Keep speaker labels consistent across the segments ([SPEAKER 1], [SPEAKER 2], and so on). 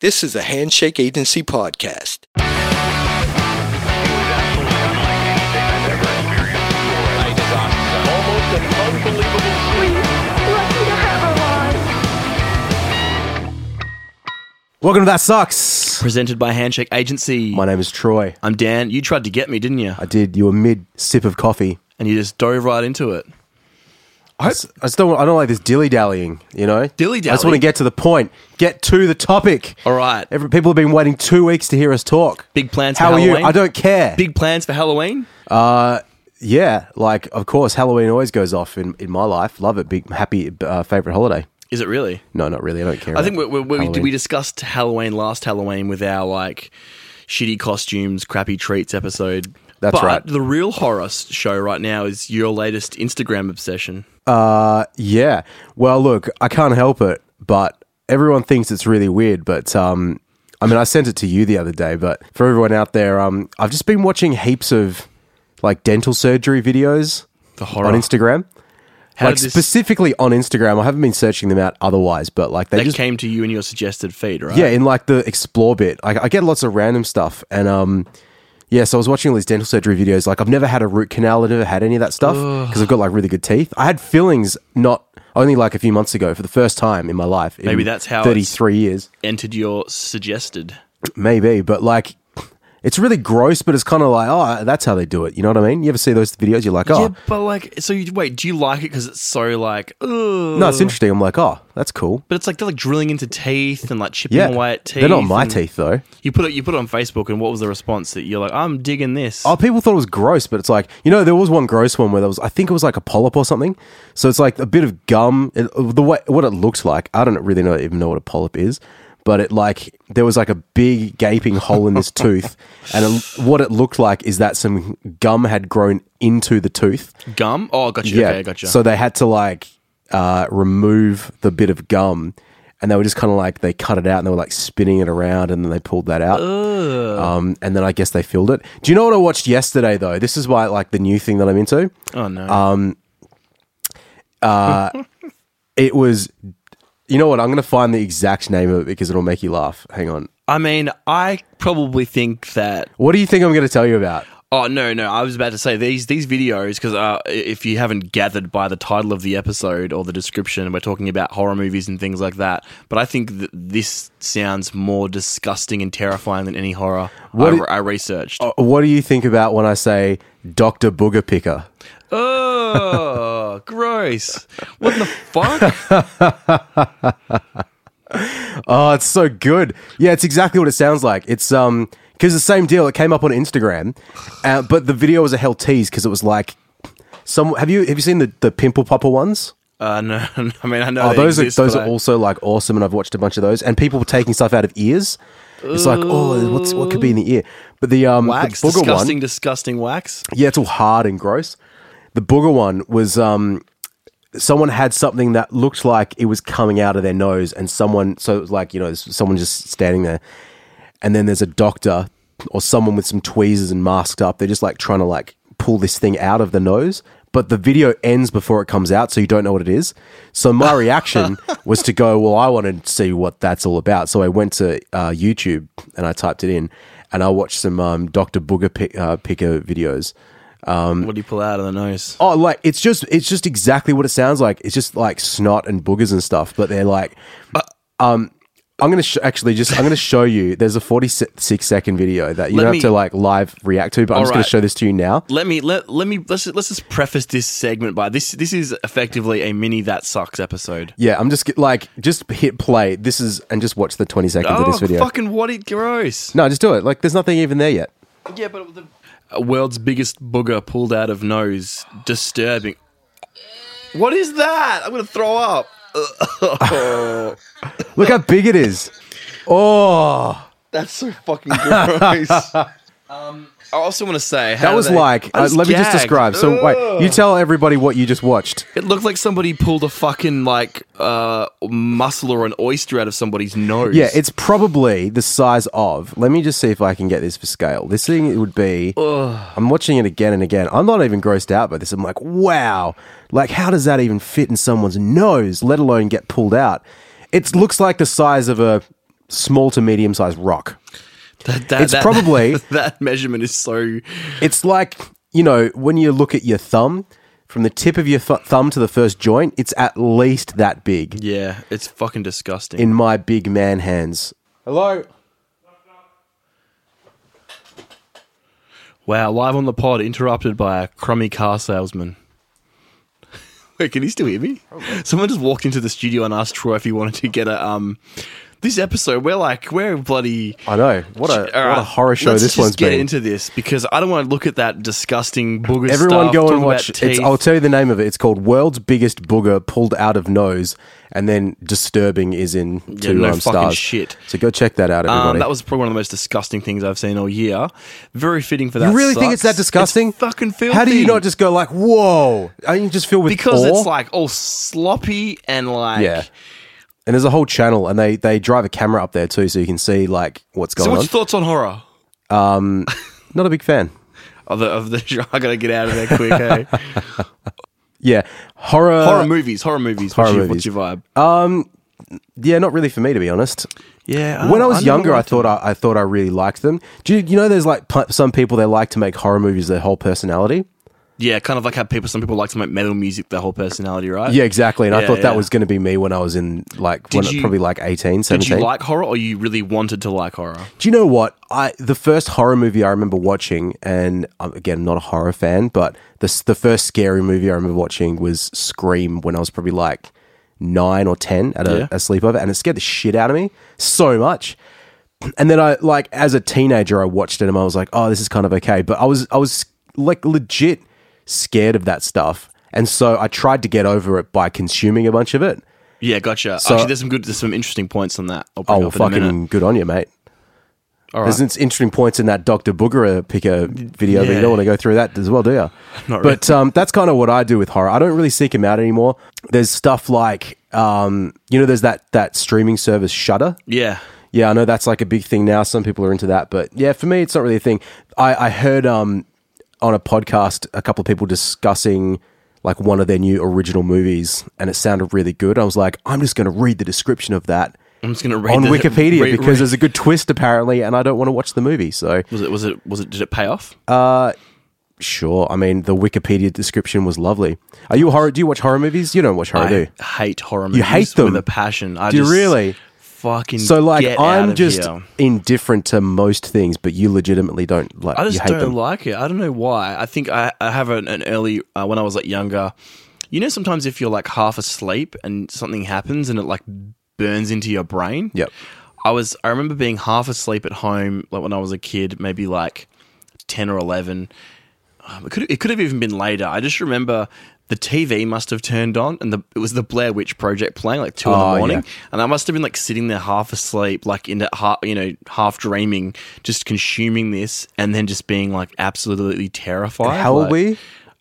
[SPEAKER 1] This is a Handshake Agency podcast.
[SPEAKER 2] Almost an unbelievable scene.
[SPEAKER 3] Lucky to have her on.
[SPEAKER 4] Welcome to That Sucks.
[SPEAKER 5] presented by Handshake Agency.
[SPEAKER 4] My name is Troy.
[SPEAKER 5] I'm Dan. You tried to get me, didn't you?
[SPEAKER 4] I did. You were mid sip of coffee.
[SPEAKER 5] And you just dove right into it.
[SPEAKER 4] I, s- I just don't. I don't like this dilly dallying. You know, I just
[SPEAKER 5] Dilly-dally?
[SPEAKER 4] want to get to the point. Get to the topic.
[SPEAKER 5] All right.
[SPEAKER 4] Every, people have been waiting two weeks to hear us talk.
[SPEAKER 5] Big plans
[SPEAKER 4] How
[SPEAKER 5] for
[SPEAKER 4] are you?
[SPEAKER 5] Halloween?
[SPEAKER 4] I don't care.
[SPEAKER 5] Big plans for Halloween?
[SPEAKER 4] yeah, like of course, Halloween always goes off in, in my life. Love it. Big happy uh, favorite holiday.
[SPEAKER 5] Is it really?
[SPEAKER 4] No, not really. I don't care.
[SPEAKER 5] I think we,
[SPEAKER 4] about
[SPEAKER 5] we, we,
[SPEAKER 4] Halloween.
[SPEAKER 5] we discussed Halloween last Halloween with our like shitty costumes, crappy treats episode.
[SPEAKER 4] That's
[SPEAKER 5] but
[SPEAKER 4] right.
[SPEAKER 5] The real horror s- show right now is your latest Instagram obsession.
[SPEAKER 4] Yeah. Well, look, I can't help it, but everyone thinks it's really weird. But um, I mean, I sent it to you the other day, but for everyone out there, um, I've just been watching heaps of like dental surgery videos
[SPEAKER 5] The horror.
[SPEAKER 4] on Instagram.
[SPEAKER 5] How
[SPEAKER 4] like
[SPEAKER 5] did this,
[SPEAKER 4] specifically on Instagram, I haven't been searching them out otherwise, but like they
[SPEAKER 5] that
[SPEAKER 4] just
[SPEAKER 5] came to you in your suggested feed, right?
[SPEAKER 4] yeah, in like the explore bit, I, I get lots of random stuff, and um, yeah. So I was watching all these dental surgery videos. Like I've never had a root canal, I've never had any of that stuff because I've got like really good teeth. I had fillings not only like a few months ago for the first time in my life. in
[SPEAKER 5] Maybe that's how it's-
[SPEAKER 4] thirty-three years,
[SPEAKER 5] Entered your suggested.
[SPEAKER 4] maybe. But like, it's really gross. But it's kind of like, oh, that's how they do it. You know what I mean? You ever see those videos? You're like, oh,
[SPEAKER 5] Yeah, but like, so you wait, do you like it because it's so like, ugh?
[SPEAKER 4] no, it's interesting. I'm like, oh, that's cool.
[SPEAKER 5] But it's like they're like drilling into teeth and like chipping
[SPEAKER 4] Yeah,
[SPEAKER 5] away at teeth.
[SPEAKER 4] they're not my
[SPEAKER 5] and
[SPEAKER 4] teeth though.
[SPEAKER 5] You put it. You put it on Facebook, and what was the response? That you're like, I'm digging this.
[SPEAKER 4] Oh, people thought it was gross, but it's like you know there was one gross one where there was I think it was like a polyp or something. So it's like a bit of gum. It, the way what it looked like, I don't really know even know what a polyp is, but it like there was like a big gaping hole in this tooth, and it, what it looked like is that some gum had grown into the tooth.
[SPEAKER 5] Gum. Oh, gotcha. Okay, I gotcha.
[SPEAKER 4] So they had to like uh, remove the bit of gum. And they were just kind of like they cut it out and they were like spinning it around and then they pulled that out. Um, and then I guess they filled it. Do you know what I watched yesterday though? This is why like the new thing that I'm into.
[SPEAKER 5] oh no.
[SPEAKER 4] um, It was, you know what? I'm gonna find the exact name of it because it'll make you laugh. Hang on.
[SPEAKER 5] I mean, I probably think that.
[SPEAKER 4] What do you think I'm gonna tell you about?
[SPEAKER 5] Oh no, no. I was about to say these these videos because uh, if you haven't gathered by the title of the episode or the description, we're talking about horror movies and things like that. But I think that this sounds more disgusting and terrifying than any horror
[SPEAKER 4] What
[SPEAKER 5] I,
[SPEAKER 4] it-
[SPEAKER 5] I researched.
[SPEAKER 4] Uh, What do you think about when I say Doctor Booger Picker?
[SPEAKER 5] Oh, gross! What the fuck?
[SPEAKER 4] Oh, it's so good. Yeah, it's exactly what it sounds like. It's um because the same deal. It came up on Instagram, uh, but the video was a hell tease because it was like some. Have you have you seen the the pimple popper ones?
[SPEAKER 5] Uh, no, no, I mean I know.
[SPEAKER 4] Oh,
[SPEAKER 5] they
[SPEAKER 4] those
[SPEAKER 5] exist,
[SPEAKER 4] are those
[SPEAKER 5] but
[SPEAKER 4] are
[SPEAKER 5] I-
[SPEAKER 4] also like awesome, and I've watched a bunch of those. And people were taking stuff out of ears. It's like oh, what's what could be in the ear? But the um
[SPEAKER 5] wax.
[SPEAKER 4] the booger
[SPEAKER 5] disgusting,
[SPEAKER 4] one,
[SPEAKER 5] disgusting wax.
[SPEAKER 4] yeah, it's all hard and gross. The booger one was um. Someone had something that looked like it was coming out of their nose, and someone, so it was like, you know, someone just standing there, and then there's a doctor or someone with some tweezers and masked up. They're just like trying to like pull this thing out of the nose, but the video ends before it comes out, so you don't know what it is. So my reaction was to go, well, I want to see what that's all about. So I went to uh, YouTube and I typed it in, and I watched some um, Doctor Booger pick, uh, Picker videos.
[SPEAKER 5] what do you pull out of the nose?
[SPEAKER 4] Um, Oh, like it's just it's just exactly what it sounds like. It's just like snot and boogers and stuff, but they're like,
[SPEAKER 5] Uh,
[SPEAKER 4] um. I'm gonna sh- actually just I'm gonna show you. There's a 46 second video that you
[SPEAKER 5] Let
[SPEAKER 4] don't
[SPEAKER 5] me-
[SPEAKER 4] have to like live react to, but I'm just gonna
[SPEAKER 5] Alright.
[SPEAKER 4] show this to you now.
[SPEAKER 5] Let me let let me let's let's just preface this segment by this. This is effectively a mini that sucks episode.
[SPEAKER 4] Yeah, I'm just g- like just hit play. This is and just watch the 20 seconds of
[SPEAKER 5] Oh,
[SPEAKER 4] this video.
[SPEAKER 5] fucking what it gross!
[SPEAKER 4] No, just do it. Like there's nothing even there yet.
[SPEAKER 5] Yeah, but the Uh, world's biggest booger pulled out of nose. Disturbing. What is that? I'm gonna throw up.
[SPEAKER 4] Look how big it is. Oh,
[SPEAKER 5] That's so fucking gross. um, I also want to say how
[SPEAKER 4] that
[SPEAKER 5] do
[SPEAKER 4] was
[SPEAKER 5] they-
[SPEAKER 4] like.
[SPEAKER 5] I
[SPEAKER 4] Uh,
[SPEAKER 5] was
[SPEAKER 4] let me just
[SPEAKER 5] gagged.
[SPEAKER 4] describe. So wait, you tell everybody what you just watched.
[SPEAKER 5] It looked like somebody pulled a fucking like uh, mussel or an oyster out of somebody's nose.
[SPEAKER 4] Yeah, it's probably the size of. Let me just see if I can get this for scale. This thing would be. I'm watching it again and again. I'm not even grossed out by this. I'm like, wow. Like, how does that even fit in someone's nose, let alone get pulled out? It looks like the size of a small to medium sized rock.
[SPEAKER 5] That, that,
[SPEAKER 4] It's probably-
[SPEAKER 5] that measurement is so
[SPEAKER 4] It's like, you know, when you look at your thumb, from the tip of your th- thumb to the first joint, it's at least that big
[SPEAKER 5] yeah, it's fucking disgusting.
[SPEAKER 4] in my big man hands. Hello?
[SPEAKER 5] wow, live on the pod, interrupted by a crummy car salesman. Wait, can he still hear me? Someone just walked into the studio and asked Troy if he wanted to get a um. This episode, we're like we're bloody.
[SPEAKER 4] I know. What a,
[SPEAKER 5] All
[SPEAKER 4] what a
[SPEAKER 5] right,
[SPEAKER 4] horror show
[SPEAKER 5] let's
[SPEAKER 4] this
[SPEAKER 5] just
[SPEAKER 4] one's
[SPEAKER 5] get
[SPEAKER 4] been.
[SPEAKER 5] into this because I don't want to look at that disgusting booger.
[SPEAKER 4] Everyone
[SPEAKER 5] stuff,
[SPEAKER 4] go
[SPEAKER 5] talk
[SPEAKER 4] and
[SPEAKER 5] about
[SPEAKER 4] watch. It's,
[SPEAKER 5] teeth.
[SPEAKER 4] I'll tell you the name of it. It's called World's Biggest Booger Pulled Out of Nose, and then Disturbing is in two
[SPEAKER 5] no
[SPEAKER 4] um,
[SPEAKER 5] fucking
[SPEAKER 4] stars.
[SPEAKER 5] shit.
[SPEAKER 4] So go check that out, everybody.
[SPEAKER 5] Um, that was probably one of the most disgusting things I've seen all year. Very fitting for that.
[SPEAKER 4] you really think
[SPEAKER 5] sucks.
[SPEAKER 4] it's that disgusting?
[SPEAKER 5] fucking filthy.
[SPEAKER 4] How do you not just go like, whoa? Aren't you just filled with
[SPEAKER 5] because
[SPEAKER 4] awe?
[SPEAKER 5] it's like all sloppy and like
[SPEAKER 4] yeah. And there's a whole channel, and they they drive a camera up there too, so you can see like what's going
[SPEAKER 5] So, what's
[SPEAKER 4] on.
[SPEAKER 5] your thoughts on horror?
[SPEAKER 4] not a big fan.
[SPEAKER 5] Of the, of the, I gotta get out of there quick. Hey,
[SPEAKER 4] Uh, Yeah, horror.
[SPEAKER 5] horror movies, horror movies.
[SPEAKER 4] horror
[SPEAKER 5] what's, your,
[SPEAKER 4] movies. Uh,
[SPEAKER 5] what's your vibe?
[SPEAKER 4] yeah, not really for me to be honest.
[SPEAKER 5] yeah. um,
[SPEAKER 4] when Oh, I was younger, I
[SPEAKER 5] liked
[SPEAKER 4] thought I, I thought I really liked them. Do you, you know there's like pu- some people they like to make horror movies their whole personality?
[SPEAKER 5] yeah, kind of like how people, some people like to make metal music their whole personality, right?
[SPEAKER 4] Yeah, exactly. And I
[SPEAKER 5] Yeah,
[SPEAKER 4] thought that
[SPEAKER 5] yeah.
[SPEAKER 4] was going to be me when I was in like when,
[SPEAKER 5] Did you-
[SPEAKER 4] probably like 18, 17.
[SPEAKER 5] Did you like horror, or you really wanted to like horror?
[SPEAKER 4] Do you know what? I the first horror movie I remember watching, and um, again, I'm not a horror fan, but the s- the first scary movie I remember watching was Scream when I was probably like nine or ten at a,
[SPEAKER 5] Yeah.
[SPEAKER 4] a sleepover, and it scared the shit out of me so much. And then I like as a teenager, I watched it and I was like, oh, this is kind of okay. But I was I was like legit scared of that stuff, and so I tried to get over it by consuming a bunch of it.
[SPEAKER 5] Yeah, gotcha.
[SPEAKER 4] So-
[SPEAKER 5] Actually, there's some good, there's some interesting points on that. I'll bring
[SPEAKER 4] Oh, well,
[SPEAKER 5] up in a minute.
[SPEAKER 4] fucking good on you, mate.
[SPEAKER 5] All
[SPEAKER 4] There's
[SPEAKER 5] right.
[SPEAKER 4] some interesting points in that Dr. Booger picker video, but you
[SPEAKER 5] Yeah.
[SPEAKER 4] don't want to go through that as well, do you?
[SPEAKER 5] Not
[SPEAKER 4] but um, that's kind of what I do with horror. I don't really seek them out anymore. There's stuff like, um, you know, there's that, that streaming service Shudder.
[SPEAKER 5] Yeah.
[SPEAKER 4] Yeah, I know that's like a big thing now. Some people are into that, but yeah, for me, it's not really a thing. I, I heard um, on a podcast a couple of people discussing like one of their new original movies, and it sounded really good. I was like, I'm just going to read the description of that.
[SPEAKER 5] I'm just gonna read
[SPEAKER 4] on
[SPEAKER 5] the-
[SPEAKER 4] Wikipedia
[SPEAKER 5] read-
[SPEAKER 4] because
[SPEAKER 5] read-
[SPEAKER 4] there's a good twist apparently, and I don't want to watch the movie. So
[SPEAKER 5] Was it? Was it? Was it? Did it pay off?
[SPEAKER 4] Oh, sure, I mean the Wikipedia description was lovely. Are you a horror? Do you watch horror movies? You don't watch horror,
[SPEAKER 5] I
[SPEAKER 4] do you?
[SPEAKER 5] hate horror movies.
[SPEAKER 4] You hate them?
[SPEAKER 5] with a passion. I
[SPEAKER 4] Do you
[SPEAKER 5] just
[SPEAKER 4] really?
[SPEAKER 5] Fucking
[SPEAKER 4] So like,
[SPEAKER 5] get out
[SPEAKER 4] I'm
[SPEAKER 5] of
[SPEAKER 4] just
[SPEAKER 5] here.
[SPEAKER 4] indifferent to most things, but you legitimately don't like.
[SPEAKER 5] I just
[SPEAKER 4] you hate
[SPEAKER 5] don't
[SPEAKER 4] them.
[SPEAKER 5] like it. I don't know why. I think I, I have an, an early uh, when I was like younger. You know, sometimes if you're like half asleep and something happens and it like burns into your brain.
[SPEAKER 4] Yep.
[SPEAKER 5] I was. I remember being half asleep at home, like when I was a kid, maybe like ten or eleven. Um, it could it could have even been later. I just remember the TV must have turned on, and the it was the Blair Witch Project playing like two in
[SPEAKER 4] Oh,
[SPEAKER 5] the morning,
[SPEAKER 4] yeah.
[SPEAKER 5] and I must have been like sitting there half asleep, like in that half you know half dreaming, just consuming this, and then just being like absolutely terrified.
[SPEAKER 4] How old
[SPEAKER 5] Like,
[SPEAKER 4] were you?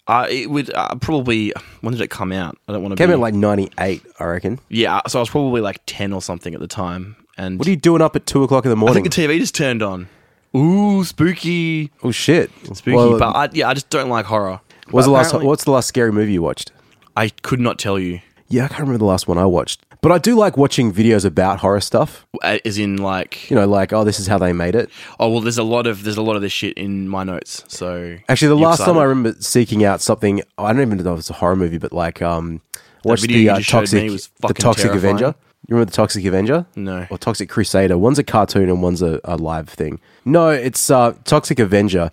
[SPEAKER 5] Uh, it would uh, probably when did it come out? I don't want to
[SPEAKER 4] Came
[SPEAKER 5] be
[SPEAKER 4] in like '98, I reckon.
[SPEAKER 5] yeah. uh, So I was probably like ten or something at the time, and
[SPEAKER 4] What are you doing up at two o'clock in the
[SPEAKER 5] I
[SPEAKER 4] morning?
[SPEAKER 5] think the TV just turned on. Ooh, spooky,
[SPEAKER 4] oh shit!
[SPEAKER 5] spooky.
[SPEAKER 4] Well,
[SPEAKER 5] but I, yeah, I just don't like horror.
[SPEAKER 4] what's the
[SPEAKER 5] But
[SPEAKER 4] last?
[SPEAKER 5] apparently-
[SPEAKER 4] What's the last scary movie you watched?
[SPEAKER 5] I could not tell you.
[SPEAKER 4] Yeah, I can't remember the last one I watched, but I do like watching videos about horror stuff.
[SPEAKER 5] A- uh, As in, like,
[SPEAKER 4] You know, like oh, this is how they made it.
[SPEAKER 5] oh well, there's a lot of there's a lot of this shit in my notes. So
[SPEAKER 4] Actually, the
[SPEAKER 5] You
[SPEAKER 4] last time
[SPEAKER 5] excited?
[SPEAKER 4] I remember seeking out something, I don't even know if it's a horror movie, but like, um, watched
[SPEAKER 5] video
[SPEAKER 4] the
[SPEAKER 5] you
[SPEAKER 4] uh,
[SPEAKER 5] just showed
[SPEAKER 4] toxic,
[SPEAKER 5] me was
[SPEAKER 4] the
[SPEAKER 5] fucking
[SPEAKER 4] Toxic
[SPEAKER 5] terrifying.
[SPEAKER 4] Avenger. You remember the Toxic Avenger?
[SPEAKER 5] No.
[SPEAKER 4] Or Toxic Crusader? One's a cartoon and one's a, a live thing. No, it's uh, Toxic Avenger.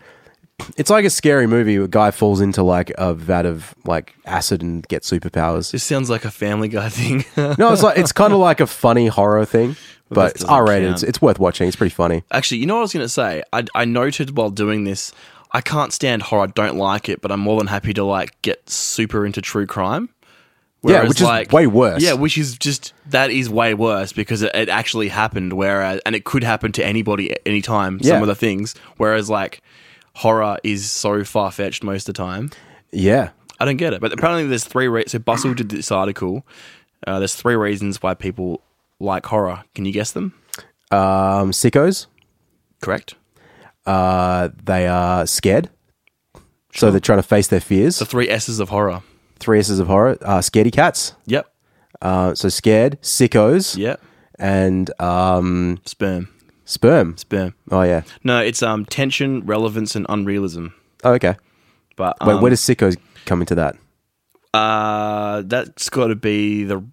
[SPEAKER 4] It's like a scary movie. where A guy falls into like a vat of like acid and gets superpowers.
[SPEAKER 5] this sounds like a Family Guy thing.
[SPEAKER 4] No, it's like it's kind of like a funny horror thing, but it's
[SPEAKER 5] doesn't
[SPEAKER 4] R rated. It's,
[SPEAKER 5] count.
[SPEAKER 4] it's worth watching. It's pretty funny.
[SPEAKER 5] Actually, you know what I was going to say? I, I noted while doing this, I can't stand horror. I don't like it, but I'm more than happy to like get super into true crime.
[SPEAKER 4] Yeah, which is way worse.
[SPEAKER 5] Yeah, which is just that is way worse because it, it actually happened. Whereas, and it could happen to anybody at any time.
[SPEAKER 4] Yeah.
[SPEAKER 5] Some of the things. Whereas, like horror is so far fetched most of the time.
[SPEAKER 4] Yeah,
[SPEAKER 5] I don't get it. But apparently, there's three. Re- so Bustle did this article. Uh, there's three reasons why people like horror. Can you guess them?
[SPEAKER 4] um, sickos.
[SPEAKER 5] Correct.
[SPEAKER 4] Uh, they are scared, so they're trying to face their fears.
[SPEAKER 5] The three S's of horror.
[SPEAKER 4] Three S's of horror: uh, scaredy cats.
[SPEAKER 5] Yep.
[SPEAKER 4] Uh, so scared, sickos,
[SPEAKER 5] Yep.
[SPEAKER 4] and um,
[SPEAKER 5] Sperm.
[SPEAKER 4] sperm.
[SPEAKER 5] Sperm.
[SPEAKER 4] Oh yeah.
[SPEAKER 5] No, it's um tension, relevance, and unrealism.
[SPEAKER 4] Oh, okay.
[SPEAKER 5] But
[SPEAKER 4] Wait,
[SPEAKER 5] um,
[SPEAKER 4] where does sickos come into that?
[SPEAKER 5] uh, that's got to be the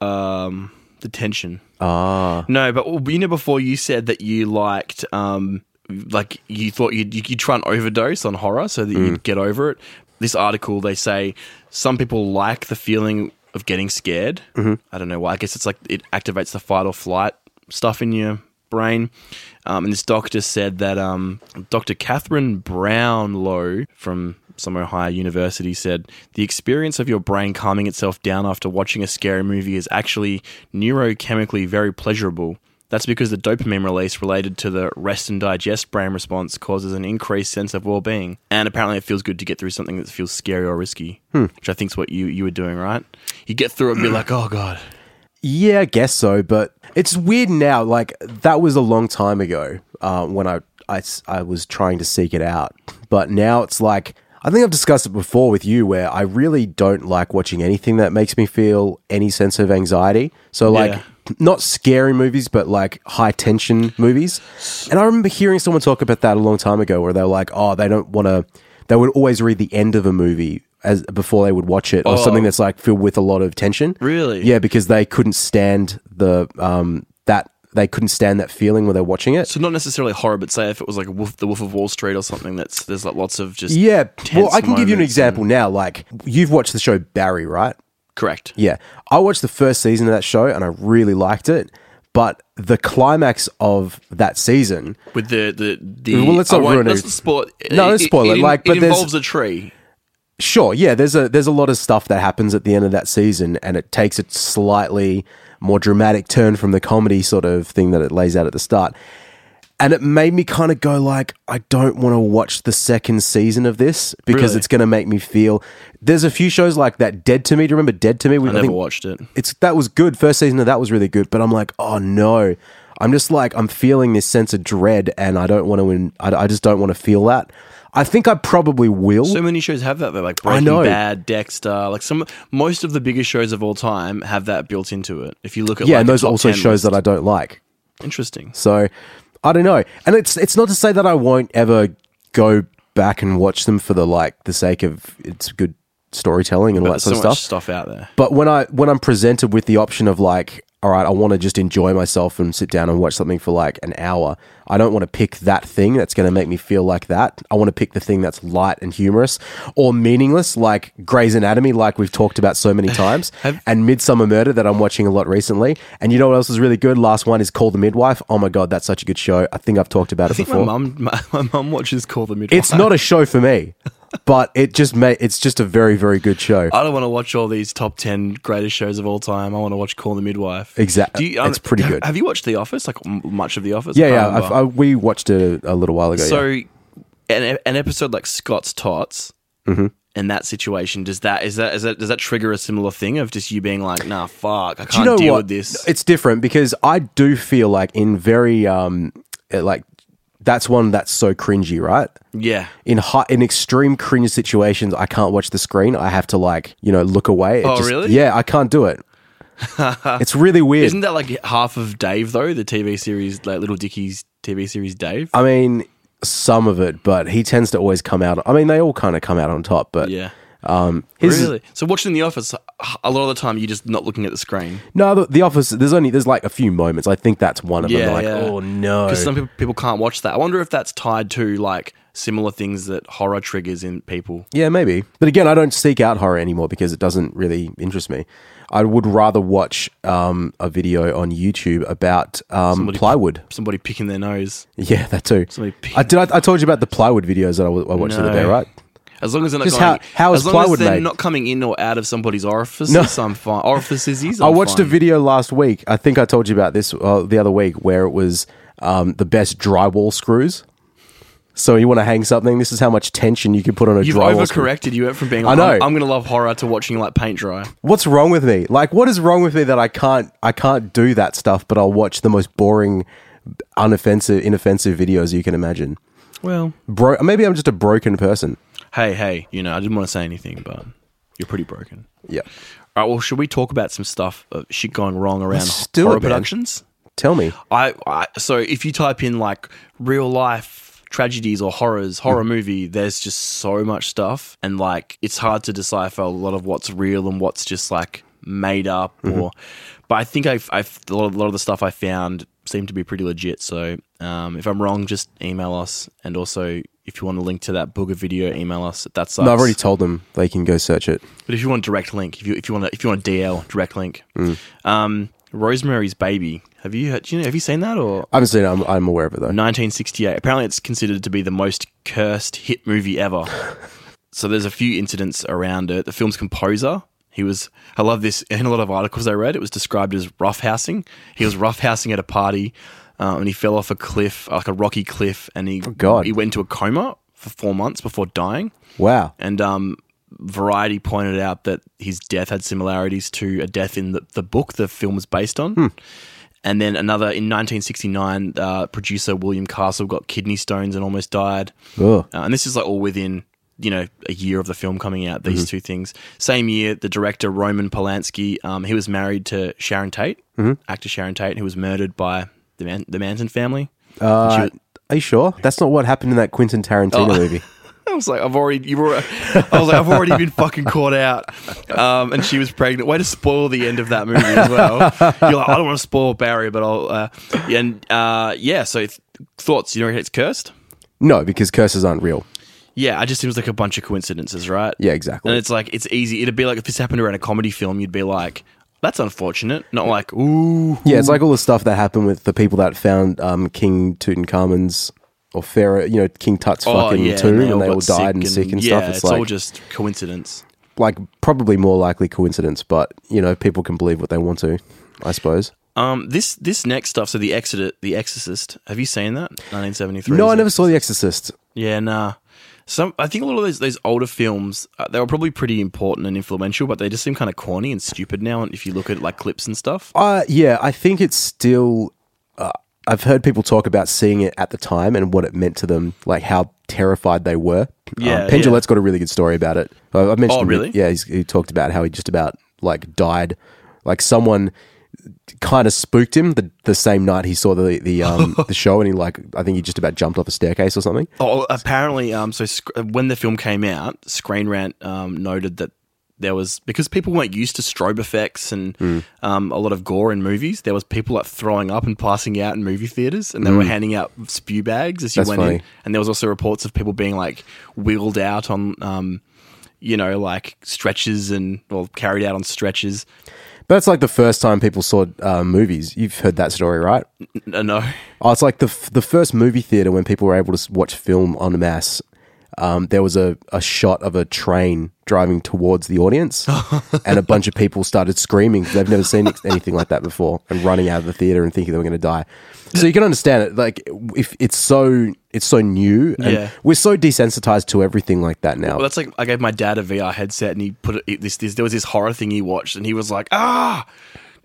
[SPEAKER 5] um the tension.
[SPEAKER 4] Ah,
[SPEAKER 5] No, but well, you know, before you said that you liked, um, like you thought you'd, you try and overdose on horror so that you'd get over it. This article, they say some people like the feeling of getting scared. I don't know why. I guess it's like it activates the fight or flight stuff in your brain. Um, and this doctor said that um, Dr. Catherine Brownlow from some Ohio university said the experience of your brain calming itself down after watching a scary movie is actually neurochemically very pleasurable. That's because the dopamine release related to the rest and digest brain response causes an increased sense of well being. And apparently, it feels good to get through something that feels scary or risky, which I think is what you, you were doing, right? You get through it and be like, oh, God.
[SPEAKER 4] yeah, I guess so. But it's weird now. Like that was a long time ago uh, when I, I s- I was trying to seek it out. But now it's like I think I've discussed it before with you, where I really don't like watching anything that makes me feel any sense of anxiety. So like.
[SPEAKER 5] Yeah.
[SPEAKER 4] Not scary movies, but like high tension movies. And I remember hearing someone talk about that a long time ago, where they were like, "Oh, they don't want to." They would always read the end of a movie as before they would watch it, or something that's like filled with a lot of tension.
[SPEAKER 5] Oh. Really?
[SPEAKER 4] Yeah, because they couldn't stand the um that they couldn't stand that feeling when they're watching it.
[SPEAKER 5] So not necessarily horror, but say if it was like Wolf, the Wolf of Wall Street or something. That's there's like lots of just
[SPEAKER 4] yeah. Well,
[SPEAKER 5] tense
[SPEAKER 4] I can give you an
[SPEAKER 5] moments
[SPEAKER 4] example now. Like you've watched the show Barry, right?
[SPEAKER 5] and- correct.
[SPEAKER 4] Yeah. I watched the first season of that show and I really liked it. But the climax of that season
[SPEAKER 5] With the the, the
[SPEAKER 4] Well, let's
[SPEAKER 5] I
[SPEAKER 4] not
[SPEAKER 5] won't-
[SPEAKER 4] ruin it.
[SPEAKER 5] Let's not spoil.
[SPEAKER 4] No, let's spoil it, like, but
[SPEAKER 5] it
[SPEAKER 4] there's-
[SPEAKER 5] involves a tree.
[SPEAKER 4] sure yeah there's a there's a lot of stuff that happens at the end of that season and it takes a slightly more dramatic turn from the comedy sort of thing that it lays out at the start and it made me kind of go like i don't want to watch the second season of this because
[SPEAKER 5] Really?
[SPEAKER 4] it's going to make me feel there's a few shows like that dead to me do you remember dead to me we
[SPEAKER 5] I never watched it.
[SPEAKER 4] it's that was good. First season of that was really good, but I'm like, oh no, I'm just like I'm feeling this sense of dread, and I don't want to. In, I, I just don't want to feel that. I think I probably will.
[SPEAKER 5] So many shows have that. They're like Breaking
[SPEAKER 4] know.
[SPEAKER 5] Bad, Dexter. Like some most of the biggest shows of all time have that built into it. If you look at
[SPEAKER 4] yeah,
[SPEAKER 5] like
[SPEAKER 4] and
[SPEAKER 5] a
[SPEAKER 4] those are
[SPEAKER 5] top
[SPEAKER 4] also
[SPEAKER 5] 10
[SPEAKER 4] shows
[SPEAKER 5] list.
[SPEAKER 4] that I don't like.
[SPEAKER 5] interesting.
[SPEAKER 4] So I don't know, and it's it's not to say that I won't ever go back and watch them for the like the sake of it's good storytelling and all that
[SPEAKER 5] There's so
[SPEAKER 4] sort
[SPEAKER 5] much
[SPEAKER 4] of stuff.
[SPEAKER 5] stuff out there.
[SPEAKER 4] But when I when I'm presented with the option of like, all right, I want to just enjoy myself and sit down and watch something for like an hour. I don't want to pick that thing that's going to make me feel like that. I want to pick the thing that's light and humorous or meaningless, like Grey's Anatomy, like we've talked about so many times, and Midsummer Murder that I'm watching a lot recently. And you know what else is really good? Last one is Call the Midwife. Oh my god, that's such a good show. I think I've talked about
[SPEAKER 5] I
[SPEAKER 4] it
[SPEAKER 5] think
[SPEAKER 4] before.
[SPEAKER 5] my mum my, my mum watches Call the Midwife.
[SPEAKER 4] it's not a show for me, but it just made it's just a very very good show.
[SPEAKER 5] I don't want to watch all these top ten greatest shows of all time. I want to watch Call the Midwife.
[SPEAKER 4] Exact-
[SPEAKER 5] Do you-
[SPEAKER 4] it's pretty
[SPEAKER 5] have-
[SPEAKER 4] good.
[SPEAKER 5] Have you watched The Office? Like m- much of The Office.
[SPEAKER 4] Yeah,
[SPEAKER 5] I
[SPEAKER 4] yeah.
[SPEAKER 5] can't
[SPEAKER 4] I've,
[SPEAKER 5] remember.
[SPEAKER 4] I, we watched it a little while ago.
[SPEAKER 5] so,
[SPEAKER 4] yeah.
[SPEAKER 5] an, e-, an episode like Scott's Tots.
[SPEAKER 4] Mm-hmm.
[SPEAKER 5] In that situation, does that is that is that does that trigger a similar thing of just you being like, nah, fuck, I can't deal with this.
[SPEAKER 4] It's different because I do feel like in very um it- like that's one that's so cringy, right?
[SPEAKER 5] yeah,
[SPEAKER 4] In hot, in extreme cringe situations, I can't watch the screen. I have to like you know look away. It
[SPEAKER 5] Oh, really?
[SPEAKER 4] Yeah, I can't do it. it's really weird.
[SPEAKER 5] isn't that like half of Dave though? The TV series, like Little Dickie's TV series, Dave.
[SPEAKER 4] I mean, some of it, but he tends to always come out. I mean, they all kind of come out on top, but
[SPEAKER 5] yeah,
[SPEAKER 4] his,
[SPEAKER 5] really. So watching The Office, a lot of the time you're just not looking at the screen.
[SPEAKER 4] no, the, the office. There's only there's like a few moments. I think that's one of them.
[SPEAKER 5] Yeah,
[SPEAKER 4] Like,
[SPEAKER 5] yeah.
[SPEAKER 4] oh no,
[SPEAKER 5] because some people, people can't watch that. I wonder if that's tied to like similar things that horror triggers in people.
[SPEAKER 4] Yeah, maybe. But again, I don't seek out horror anymore because it doesn't really interest me. I would rather watch um, a video on YouTube about um, plywood.
[SPEAKER 5] Somebody picking their nose.
[SPEAKER 4] Yeah, that too.
[SPEAKER 5] Somebody pick-
[SPEAKER 4] I, did I, I told you about the plywood videos that I, wa- I watched the other day,
[SPEAKER 5] No.
[SPEAKER 4] right?
[SPEAKER 5] As long as they're not
[SPEAKER 4] Just
[SPEAKER 5] going,
[SPEAKER 4] how- how
[SPEAKER 5] as
[SPEAKER 4] is
[SPEAKER 5] long
[SPEAKER 4] plywood
[SPEAKER 5] as they're
[SPEAKER 4] made?
[SPEAKER 5] not coming in or out of somebody's orifices,
[SPEAKER 4] No.
[SPEAKER 5] I'm fine. Orifices, I'm
[SPEAKER 4] I watched
[SPEAKER 5] fine.
[SPEAKER 4] a video last week. I think I told you about this uh, the other week where it was um, the best drywall screws. So you want to hang something? This is how much tension you can put on a
[SPEAKER 5] You've
[SPEAKER 4] drywall screw.
[SPEAKER 5] overcorrected. You went from being
[SPEAKER 4] I
[SPEAKER 5] like,
[SPEAKER 4] know.
[SPEAKER 5] I'm, going to love horror to watching like paint dry.
[SPEAKER 4] What's wrong with me? Like, what is wrong with me that I can't I can't do that stuff, but I'll watch the most boring, unoffensive, inoffensive videos you can imagine.
[SPEAKER 5] Well,
[SPEAKER 4] Bro, maybe I'm just a broken person.
[SPEAKER 5] hey, hey, you know, I didn't want to say anything, but you're pretty broken.
[SPEAKER 4] Yeah.
[SPEAKER 5] All right, well, should we talk about some stuff, uh, shit going wrong around
[SPEAKER 4] Let's do
[SPEAKER 5] horror
[SPEAKER 4] it, man.
[SPEAKER 5] productions?
[SPEAKER 4] Tell me.
[SPEAKER 5] I, I so if you type in like real life tragedies or horrors
[SPEAKER 4] Hmm.
[SPEAKER 5] horror movie there's just so much stuff and like it's hard to decipher a lot of what's real and what's just like made up
[SPEAKER 4] Mm-hmm.
[SPEAKER 5] or but i think i've, I've a, lot of, a lot of the stuff i found seemed to be pretty legit so um, if i'm wrong just email us and also if you want a link to that booger video email us that's us.
[SPEAKER 4] No, I've already told them they can go search it.
[SPEAKER 5] But if you want a direct link, if you if you want a, if you want a DL direct link,
[SPEAKER 4] Hmm.
[SPEAKER 5] um, Rosemary's Baby. Have you heard, do you know, have you seen that or
[SPEAKER 4] I haven't seen it. I'm, I'm aware of it though.
[SPEAKER 5] 1968? Apparently, it's considered to be the most cursed hit movie ever. so there's a few incidents around it. The film's composer. He was, I love this. In a lot of articles I read, it was described as roughhousing. He was roughhousing at a party, um, and he fell off a cliff, like a rocky cliff, and he
[SPEAKER 4] God.
[SPEAKER 5] he went into a coma for four months before dying.
[SPEAKER 4] Wow.
[SPEAKER 5] And um, Variety pointed out that his death had similarities to a death in the, the book the film was based on. And then another in 1969, uh, producer William Castle got kidney stones and almost died.
[SPEAKER 4] Ugh.
[SPEAKER 5] Uh, and this is like all within, you know, a year of the film coming out, these two things. Same year, the director Roman Polanski, um, he was married to Sharon Tate, actor Sharon Tate, who was murdered by the, Man- the Manson family.
[SPEAKER 4] Uh,
[SPEAKER 5] She-
[SPEAKER 4] are you sure? That's not what happened in that Quentin Tarantino
[SPEAKER 5] Oh.
[SPEAKER 4] movie.
[SPEAKER 5] I was like, I've already, you were, I was like, I've already been fucking caught out. Um, and she was pregnant. Way to spoil the end of that movie as well. You're like, I don't want to spoil Barry, but I'll, uh, and, uh, yeah. So th- thoughts, you know, it's cursed.
[SPEAKER 4] No, because curses aren't real.
[SPEAKER 5] Yeah. It just seems like a bunch of coincidences, right?
[SPEAKER 4] Yeah, exactly.
[SPEAKER 5] And it's like, it's easy. It'd be like, if this happened around a comedy film, you'd be like, that's unfortunate. Not like, ooh. oh,
[SPEAKER 4] Yeah, it's like all the stuff that happened with the people that found um, King Tutankhamun's or Pharaoh, you know, King Tut's
[SPEAKER 5] Oh,
[SPEAKER 4] fucking tomb, and they all,
[SPEAKER 5] got
[SPEAKER 4] died and sick and
[SPEAKER 5] yeah,
[SPEAKER 4] stuff. It's,
[SPEAKER 5] it's
[SPEAKER 4] like,
[SPEAKER 5] all just coincidence.
[SPEAKER 4] like probably more likely coincidence, but you know, people can believe what they want to, I suppose.
[SPEAKER 5] Um, this this next stuff. So the Exodus, the Exorcist. Have you seen that? 1973.
[SPEAKER 4] no,
[SPEAKER 5] is
[SPEAKER 4] I
[SPEAKER 5] it?
[SPEAKER 4] never saw The Exorcist.
[SPEAKER 5] Yeah, nah. Some, I think a lot of those those older films, uh, they were probably pretty important and influential, but they just seem kind of corny and stupid now. And if you look at like clips and stuff,
[SPEAKER 4] Uh, yeah, I think it's still. Uh, I've heard people talk about seeing it at the time and what it meant to them, like how terrified they were.
[SPEAKER 5] Yeah,
[SPEAKER 4] um, Penn
[SPEAKER 5] yeah.
[SPEAKER 4] Jillette's got a really good story about it. I, I mentioned,
[SPEAKER 5] Oh,
[SPEAKER 4] him-
[SPEAKER 5] really?
[SPEAKER 4] yeah, he's, he talked about how he just about like died, like someone kind of spooked him the, the same night he saw the the um, the show, and he like I think he just about jumped off a staircase or something.
[SPEAKER 5] oh, apparently, um, so sc- when the film came out, Screen Rant um, noted that there was because people weren't used to strobe effects and
[SPEAKER 4] Mm.
[SPEAKER 5] um, a lot of gore in movies. There was people like throwing up and passing out in movie theaters, and they were handing out spew bags as you
[SPEAKER 4] Mm. That's
[SPEAKER 5] went in.
[SPEAKER 4] funny.
[SPEAKER 5] And there was also reports of people being like wheeled out on. Um, you know, like stretches and well carried out on stretches.
[SPEAKER 4] But that's like the first time people saw uh, movies. You've heard that story, right?
[SPEAKER 5] N- No,
[SPEAKER 4] Oh, it's like the f- the first movie theater when people were able to s- watch film en masse. Um, there was a, a shot of a train driving towards the audience, and a bunch of people started screaming. 'cause They've never seen ex- anything like that before, and running out of the theater and thinking they were going to die. So you can understand it. Like if it's so it's so new, and
[SPEAKER 5] Yeah.
[SPEAKER 4] we're so desensitized to everything like that now.
[SPEAKER 5] well, that's like I gave my dad a VR headset and he put it- it, this, this. There was this horror thing he watched and he was like, ah,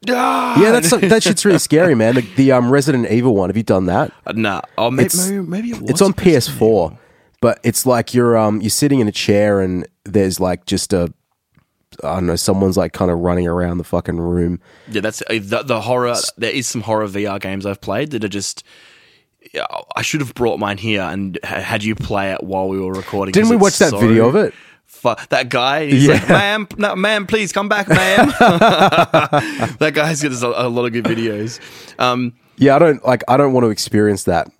[SPEAKER 5] ah.
[SPEAKER 4] yeah, that's that shit's really scary, man. The, the um, Resident Evil one. Have you done that?
[SPEAKER 5] nah. Oh, maybe
[SPEAKER 4] It's-
[SPEAKER 5] maybe, maybe it was
[SPEAKER 4] it's on
[SPEAKER 5] a person.
[SPEAKER 4] PS4, but it's like you're um you're sitting in a chair and there's like just a I don't know someone's like kind of running around the fucking room.
[SPEAKER 5] Yeah, that's uh, the, the horror. There is some horror VR games I've played that are just. yeah, I should have brought mine here and ha- had you play it while we were recording.
[SPEAKER 4] Didn't
[SPEAKER 5] 'cause
[SPEAKER 4] we
[SPEAKER 5] it's
[SPEAKER 4] watch that
[SPEAKER 5] so
[SPEAKER 4] video of it?
[SPEAKER 5] fu- that guy. He's like, ma'am, no, ma'am, please come back, ma'am. that guy's got a, a lot of good videos. Um,
[SPEAKER 4] Yeah, I don't like I don't want to experience that. you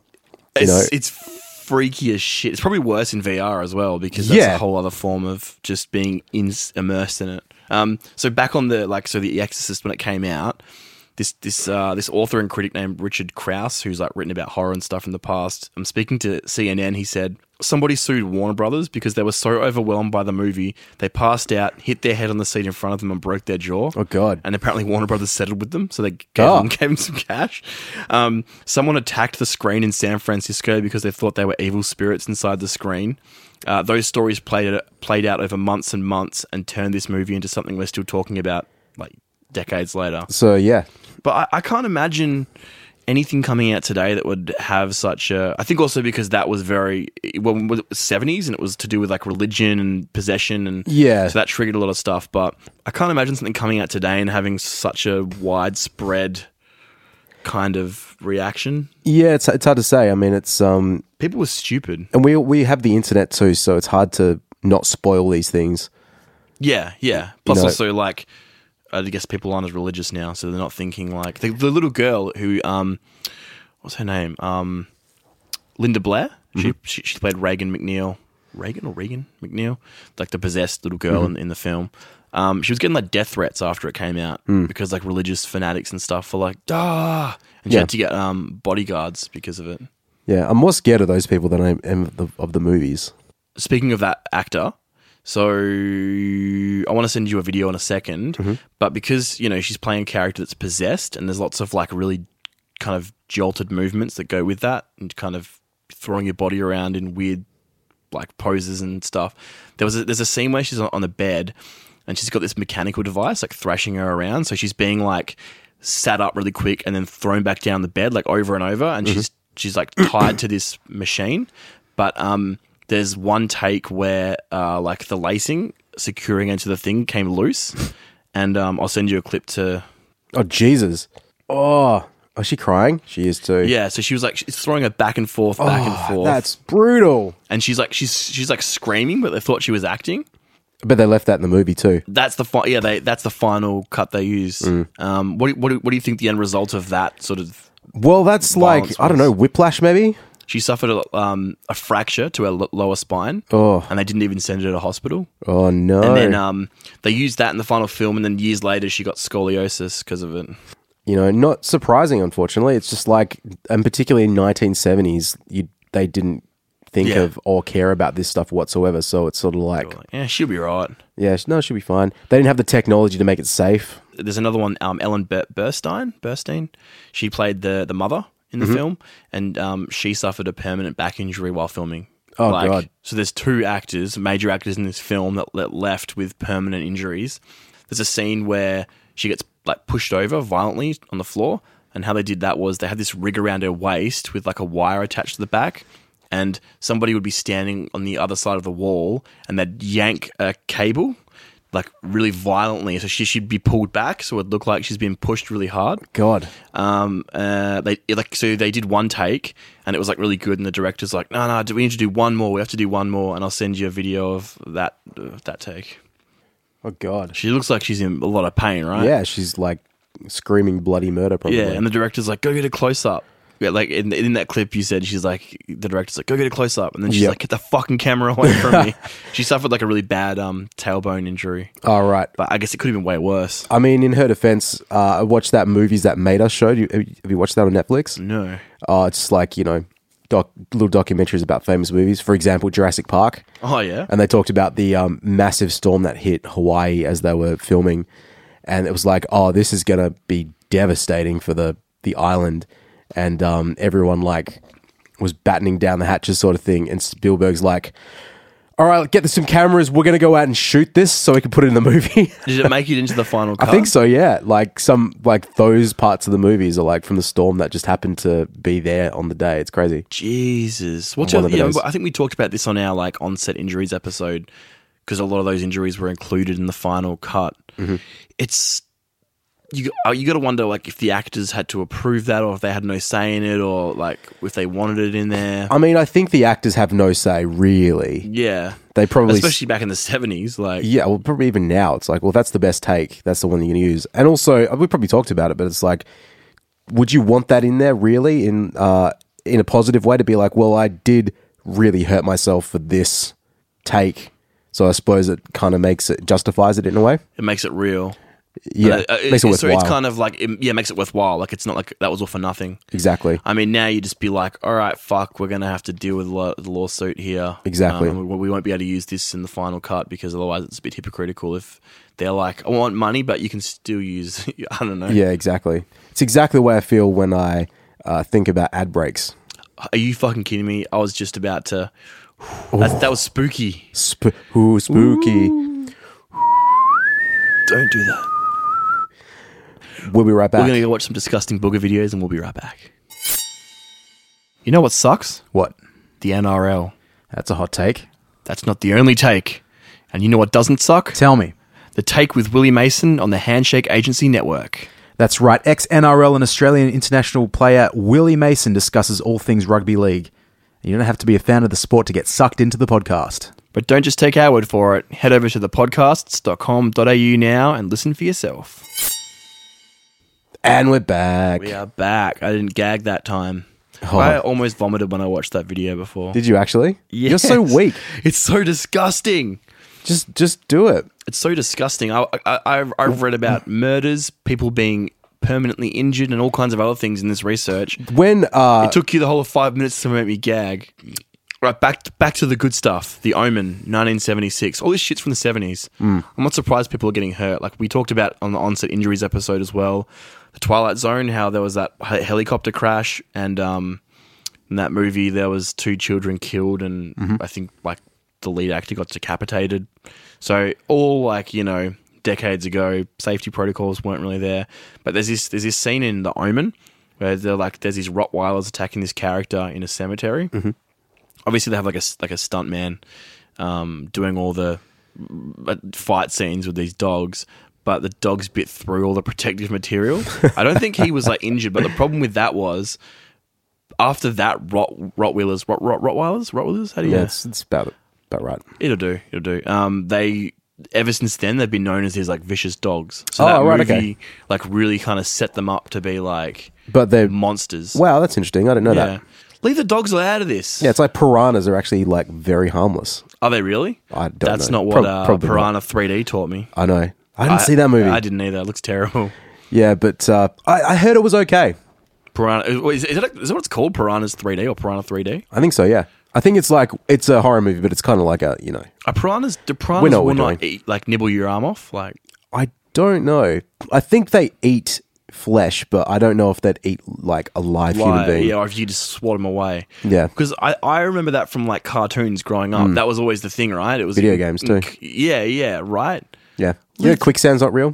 [SPEAKER 5] It's,
[SPEAKER 4] know?
[SPEAKER 5] it's freaky as shit. It's probably worse in VR as well because that's
[SPEAKER 4] Yeah.
[SPEAKER 5] a whole other form of just being in, immersed in it. Um, so back on the like, so the E Exorcist when it came out, this this uh, this author and critic named Richard Krauss, who's like written about horror and stuff in the past. I'm speaking to CNN. He said somebody sued Warner Brothers because they were so overwhelmed by the movie they passed out, hit their head on the seat in front of them, and broke their jaw.
[SPEAKER 4] Oh, God.
[SPEAKER 5] And apparently Warner Brothers settled with them, so they gave,
[SPEAKER 4] Oh.
[SPEAKER 5] them, gave them some cash. Um, someone attacked the screen in San Francisco because they thought they were evil spirits inside the screen. Uh, those stories played played out over months and months, and turned this movie into something we're still talking about like decades later.
[SPEAKER 4] So yeah,
[SPEAKER 5] But I, I can't imagine anything coming out today that would have such a. I think also because that was very well, was it seventies, and it was to do with like religion and possession, and
[SPEAKER 4] Yeah.
[SPEAKER 5] so that triggered a lot of stuff. But I can't imagine something coming out today and having such a widespread kind of reaction.
[SPEAKER 4] Yeah, it's it's hard to say. I mean, it's um,
[SPEAKER 5] People were stupid.
[SPEAKER 4] and we we have the internet too, so it's hard to not spoil these things.
[SPEAKER 5] Yeah, yeah. Plus,
[SPEAKER 4] know-
[SPEAKER 5] also like, I guess people aren't as religious now, so they're not thinking like the, the little girl who, um, what's her name? Um, Linda Blair.
[SPEAKER 4] Mm-hmm.
[SPEAKER 5] She, she she played Reagan McNeil. Reagan or Regan McNeil, like the possessed little girl
[SPEAKER 4] Mm-hmm.
[SPEAKER 5] in, in the film. Um, she was getting like death threats after it came out
[SPEAKER 4] Mm.
[SPEAKER 5] because like religious fanatics and stuff were like, ah, and she
[SPEAKER 4] Yeah.
[SPEAKER 5] had to get um bodyguards because of it.
[SPEAKER 4] Yeah, I'm more scared of those people than I am of the, of the movies.
[SPEAKER 5] speaking of that actor, so I want to send you a video in a 2nd but because you know she's playing a character that's possessed, and there's lots of like really kind of jolted movements that go with that, and kind of throwing your body around in weird like poses and stuff. There was a, there's a scene where she's on, on a bed, and she's got this mechanical device like thrashing her around, so she's being like sat up really quick and then thrown back down the bed like over and over, and she's she's like tied to this machine, but um there's one take where uh, like the lacing securing into the thing came loose, and um, I'll send you a clip to
[SPEAKER 4] Oh Jesus! Oh, is she crying? She is too.
[SPEAKER 5] yeah. So she was like she's throwing it back and forth, back
[SPEAKER 4] Oh,
[SPEAKER 5] and forth,
[SPEAKER 4] That's brutal.
[SPEAKER 5] and she's like she's she's like screaming, but they thought she was acting.
[SPEAKER 4] But they left that in the movie too.
[SPEAKER 5] That's the fi- yeah they that's the final cut they use.
[SPEAKER 4] Mm.
[SPEAKER 5] Um, what do- what do, what do you think the end result of that sort of?
[SPEAKER 4] Well, that's
[SPEAKER 5] Violence
[SPEAKER 4] like I don't know, whiplash maybe.
[SPEAKER 5] She suffered a, um, a fracture to her l- lower spine,
[SPEAKER 4] Oh.
[SPEAKER 5] and they didn't even send her to hospital.
[SPEAKER 4] Oh no!
[SPEAKER 5] And then um, they used that in the final film, and then years later she got scoliosis because of it.
[SPEAKER 4] you know, not surprising. Unfortunately, it's just like, and particularly in 1970s, you they didn't think
[SPEAKER 5] Yeah.
[SPEAKER 4] of or care about this stuff whatsoever. So it's sort of like,
[SPEAKER 5] Like, yeah, she'll be right.
[SPEAKER 4] yeah, no, it should be fine. They didn't have the technology to make it safe.
[SPEAKER 5] there's another one, um, Ellen Ber- Burstein. Burstein. She played the the mother in
[SPEAKER 4] Mm-hmm.
[SPEAKER 5] the film, and um, she suffered a permanent back injury while filming.
[SPEAKER 4] Oh, God.
[SPEAKER 5] So there's two actors, major actors in this film that, that left with permanent injuries. There's a scene where she gets like pushed over violently on the floor, and how they did that was they had this rig around her waist with like a wire attached to the back. And somebody would be standing on the other side of the wall, and they'd yank a cable like really violently. So she should be pulled back, so it looked like she's been pushed really hard.
[SPEAKER 4] God,
[SPEAKER 5] Um, uh, they like so they did one take, and it was like really good. And the director's like, "No, no, do we need to do one more? We have to do one more." And I'll send you a video of that uh, that take.
[SPEAKER 4] oh God,
[SPEAKER 5] She looks like she's in a lot of pain, right?
[SPEAKER 4] yeah, she's like screaming bloody murder. Probably.
[SPEAKER 5] yeah. And the director's like, "Go get a close up." Yeah, like in, in that clip you said, she's like, the director's like, "Go get a close up," and then she's
[SPEAKER 4] Yep.
[SPEAKER 5] like, "Get the fucking camera away from me." she suffered like a really bad um tailbone injury,
[SPEAKER 4] All right.
[SPEAKER 5] but I guess it could have been way worse.
[SPEAKER 4] I mean, in her defense, uh, I watched that movies that made us show. Do you, have you watched that on Netflix?
[SPEAKER 5] No.
[SPEAKER 4] Uh, it's like you know, doc, little documentaries about famous movies. For example, Jurassic Park.
[SPEAKER 5] Oh yeah.
[SPEAKER 4] and they talked about the um, massive storm that hit Hawaii as they were filming, and it was like, oh, this is gonna be devastating for the the island, and um, everyone like was battening down the hatches, sort of thing. And Spielberg's like, all right, get some cameras. We're gonna go out and shoot this so we can put it in the movie.
[SPEAKER 5] Did it make it into the final cut?
[SPEAKER 4] I think so, yeah. Like some like those parts of the movies are like from the storm that just happened to be there on the day. It's crazy.
[SPEAKER 5] Jesus. What's
[SPEAKER 4] One
[SPEAKER 5] your,
[SPEAKER 4] of the
[SPEAKER 5] yeah,
[SPEAKER 4] days.
[SPEAKER 5] I think we talked about this on our like onset injuries episode because a lot of those injuries were included in the final cut.
[SPEAKER 4] Mm-hmm.
[SPEAKER 5] It's you uh, you got to wonder like if the actors had to approve that or if they had no say in it or like if they wanted it in there.
[SPEAKER 4] I mean, I think the actors have no say, really.
[SPEAKER 5] yeah.
[SPEAKER 4] They probably
[SPEAKER 5] Especially back in the 70s like
[SPEAKER 4] Yeah, well, probably even now, it's like, well, that's the best take. That's the one you're going to use. And also, uh, we probably talked about it, but it's like, would you want that in there really in uh, in a positive way to be like, well, I did really hurt myself for this take, so I suppose it kind of makes it justifies it in a way.
[SPEAKER 5] it makes it real.
[SPEAKER 4] Yeah,
[SPEAKER 5] Uh,
[SPEAKER 4] makes it
[SPEAKER 5] so
[SPEAKER 4] worthwhile.
[SPEAKER 5] it's kind of like it, yeah, makes it worthwhile. Like it's not like that was all for nothing.
[SPEAKER 4] exactly.
[SPEAKER 5] I mean, now you just be like, all right, fuck, we're going to have to deal with lo- the lawsuit here.
[SPEAKER 4] Exactly.
[SPEAKER 5] Um, we, we won't be able to use this in the final cut because otherwise it's a bit hypocritical if they're like, I want money, but you can still use, I don't know.
[SPEAKER 4] Yeah, exactly. It's exactly the way I feel when I uh, think about ad breaks.
[SPEAKER 5] Are you fucking kidding me? I was just about to. That, that was spooky.
[SPEAKER 4] Sp- ooh, spooky.
[SPEAKER 5] Don't do that.
[SPEAKER 4] We'll be right back.
[SPEAKER 5] We're going to go watch some disgusting booger videos and we'll be right back. You know what sucks?
[SPEAKER 4] What?
[SPEAKER 5] The NRL.
[SPEAKER 6] That's a hot take.
[SPEAKER 5] That's not the only take. And you know what doesn't suck?
[SPEAKER 6] Tell me.
[SPEAKER 5] The take with Willie Mason on the Handshake Agency Network.
[SPEAKER 6] That's right. Ex NRL and Australian international player Willie Mason discusses all things rugby league. You don't have to be a fan of the sport to get sucked into the podcast.
[SPEAKER 5] But don't just take our word for it. Head over to thepodcasts.com.au now and listen for yourself.
[SPEAKER 4] And we're back.
[SPEAKER 5] We are back. I didn't gag that time.
[SPEAKER 4] Oh.
[SPEAKER 5] I almost vomited when I watched that video before.
[SPEAKER 4] Did you actually? You're so
[SPEAKER 5] Yes.
[SPEAKER 4] weak.
[SPEAKER 5] It's so disgusting.
[SPEAKER 4] Just just do it.
[SPEAKER 5] It's so disgusting. I, I, I've, I've read about murders, people being permanently injured, and all kinds of other things in this research.
[SPEAKER 4] When uh
[SPEAKER 5] It took you the whole of five minutes to make me gag. Right, back back to the good stuff. The Omen, 1976. All this shit's from the 70s. I'm not surprised people are getting hurt. Like we talked about on the onset injuries episode as well. The Twilight Zone, how there was that he- helicopter crash, and um, in that movie there was two children killed, and I think like the lead actor got decapitated. So all like you know decades ago, safety protocols weren't really there. But there's this there's this scene in The Omen where they're like there's these Rottweilers attacking this character in a cemetery. Obviously, they have like a s- like a stuntman um, doing all the uh, fight scenes with these dogs. But the dogs bit through all the protective material. I don't think he was like injured, but the problem with that was after that, Rot, Rottweilers, Rot, Rot, Rottweilers, Rottweilers, how do you
[SPEAKER 4] yeah, it's, it's about about right.
[SPEAKER 5] It'll do. It'll do. Um, they ever since then they've been known as these like vicious dogs. So
[SPEAKER 4] Oh,
[SPEAKER 5] that
[SPEAKER 4] right,
[SPEAKER 5] movie
[SPEAKER 4] okay.
[SPEAKER 5] like really kind of set them up to be like
[SPEAKER 4] But they're
[SPEAKER 5] monsters.
[SPEAKER 4] wow, that's interesting. I didn't know
[SPEAKER 5] yeah.
[SPEAKER 4] that.
[SPEAKER 5] Leave the dogs out of this.
[SPEAKER 4] Yeah, it's like piranhas are actually like very harmless.
[SPEAKER 5] Are they really?
[SPEAKER 4] I don't
[SPEAKER 5] That's
[SPEAKER 4] know.
[SPEAKER 5] not what
[SPEAKER 4] Prob-
[SPEAKER 5] uh,
[SPEAKER 4] probably not.
[SPEAKER 5] Piranha 3D taught me.
[SPEAKER 4] I know. I didn't see that movie.
[SPEAKER 5] I didn't either. It looks terrible.
[SPEAKER 4] Yeah, but uh, I, I heard it was okay.
[SPEAKER 5] Piranha. uh, Is, is, that, is that what it's called? Piranha's 3D or Piranha 3D?
[SPEAKER 4] I think so. Yeah, I think it's like it's a horror movie, but it's kind of like a you know.
[SPEAKER 5] Are piranhas, do piranhas
[SPEAKER 4] know what
[SPEAKER 5] will
[SPEAKER 4] we're
[SPEAKER 5] not
[SPEAKER 4] doing.
[SPEAKER 5] eat, like nibble your arm off? Like,
[SPEAKER 4] I don't know. I think they eat flesh, but I don't know if they'd eat like a live human
[SPEAKER 5] Why-
[SPEAKER 4] being.
[SPEAKER 5] Yeah, or if you just swat them away.
[SPEAKER 4] Yeah. Mm.
[SPEAKER 5] Because I, I remember that from like cartoons growing up. That was always the thing, right? It was
[SPEAKER 4] Video games, too.
[SPEAKER 5] Yeah, yeah, right.
[SPEAKER 4] yeah. You know, quicksand's not real.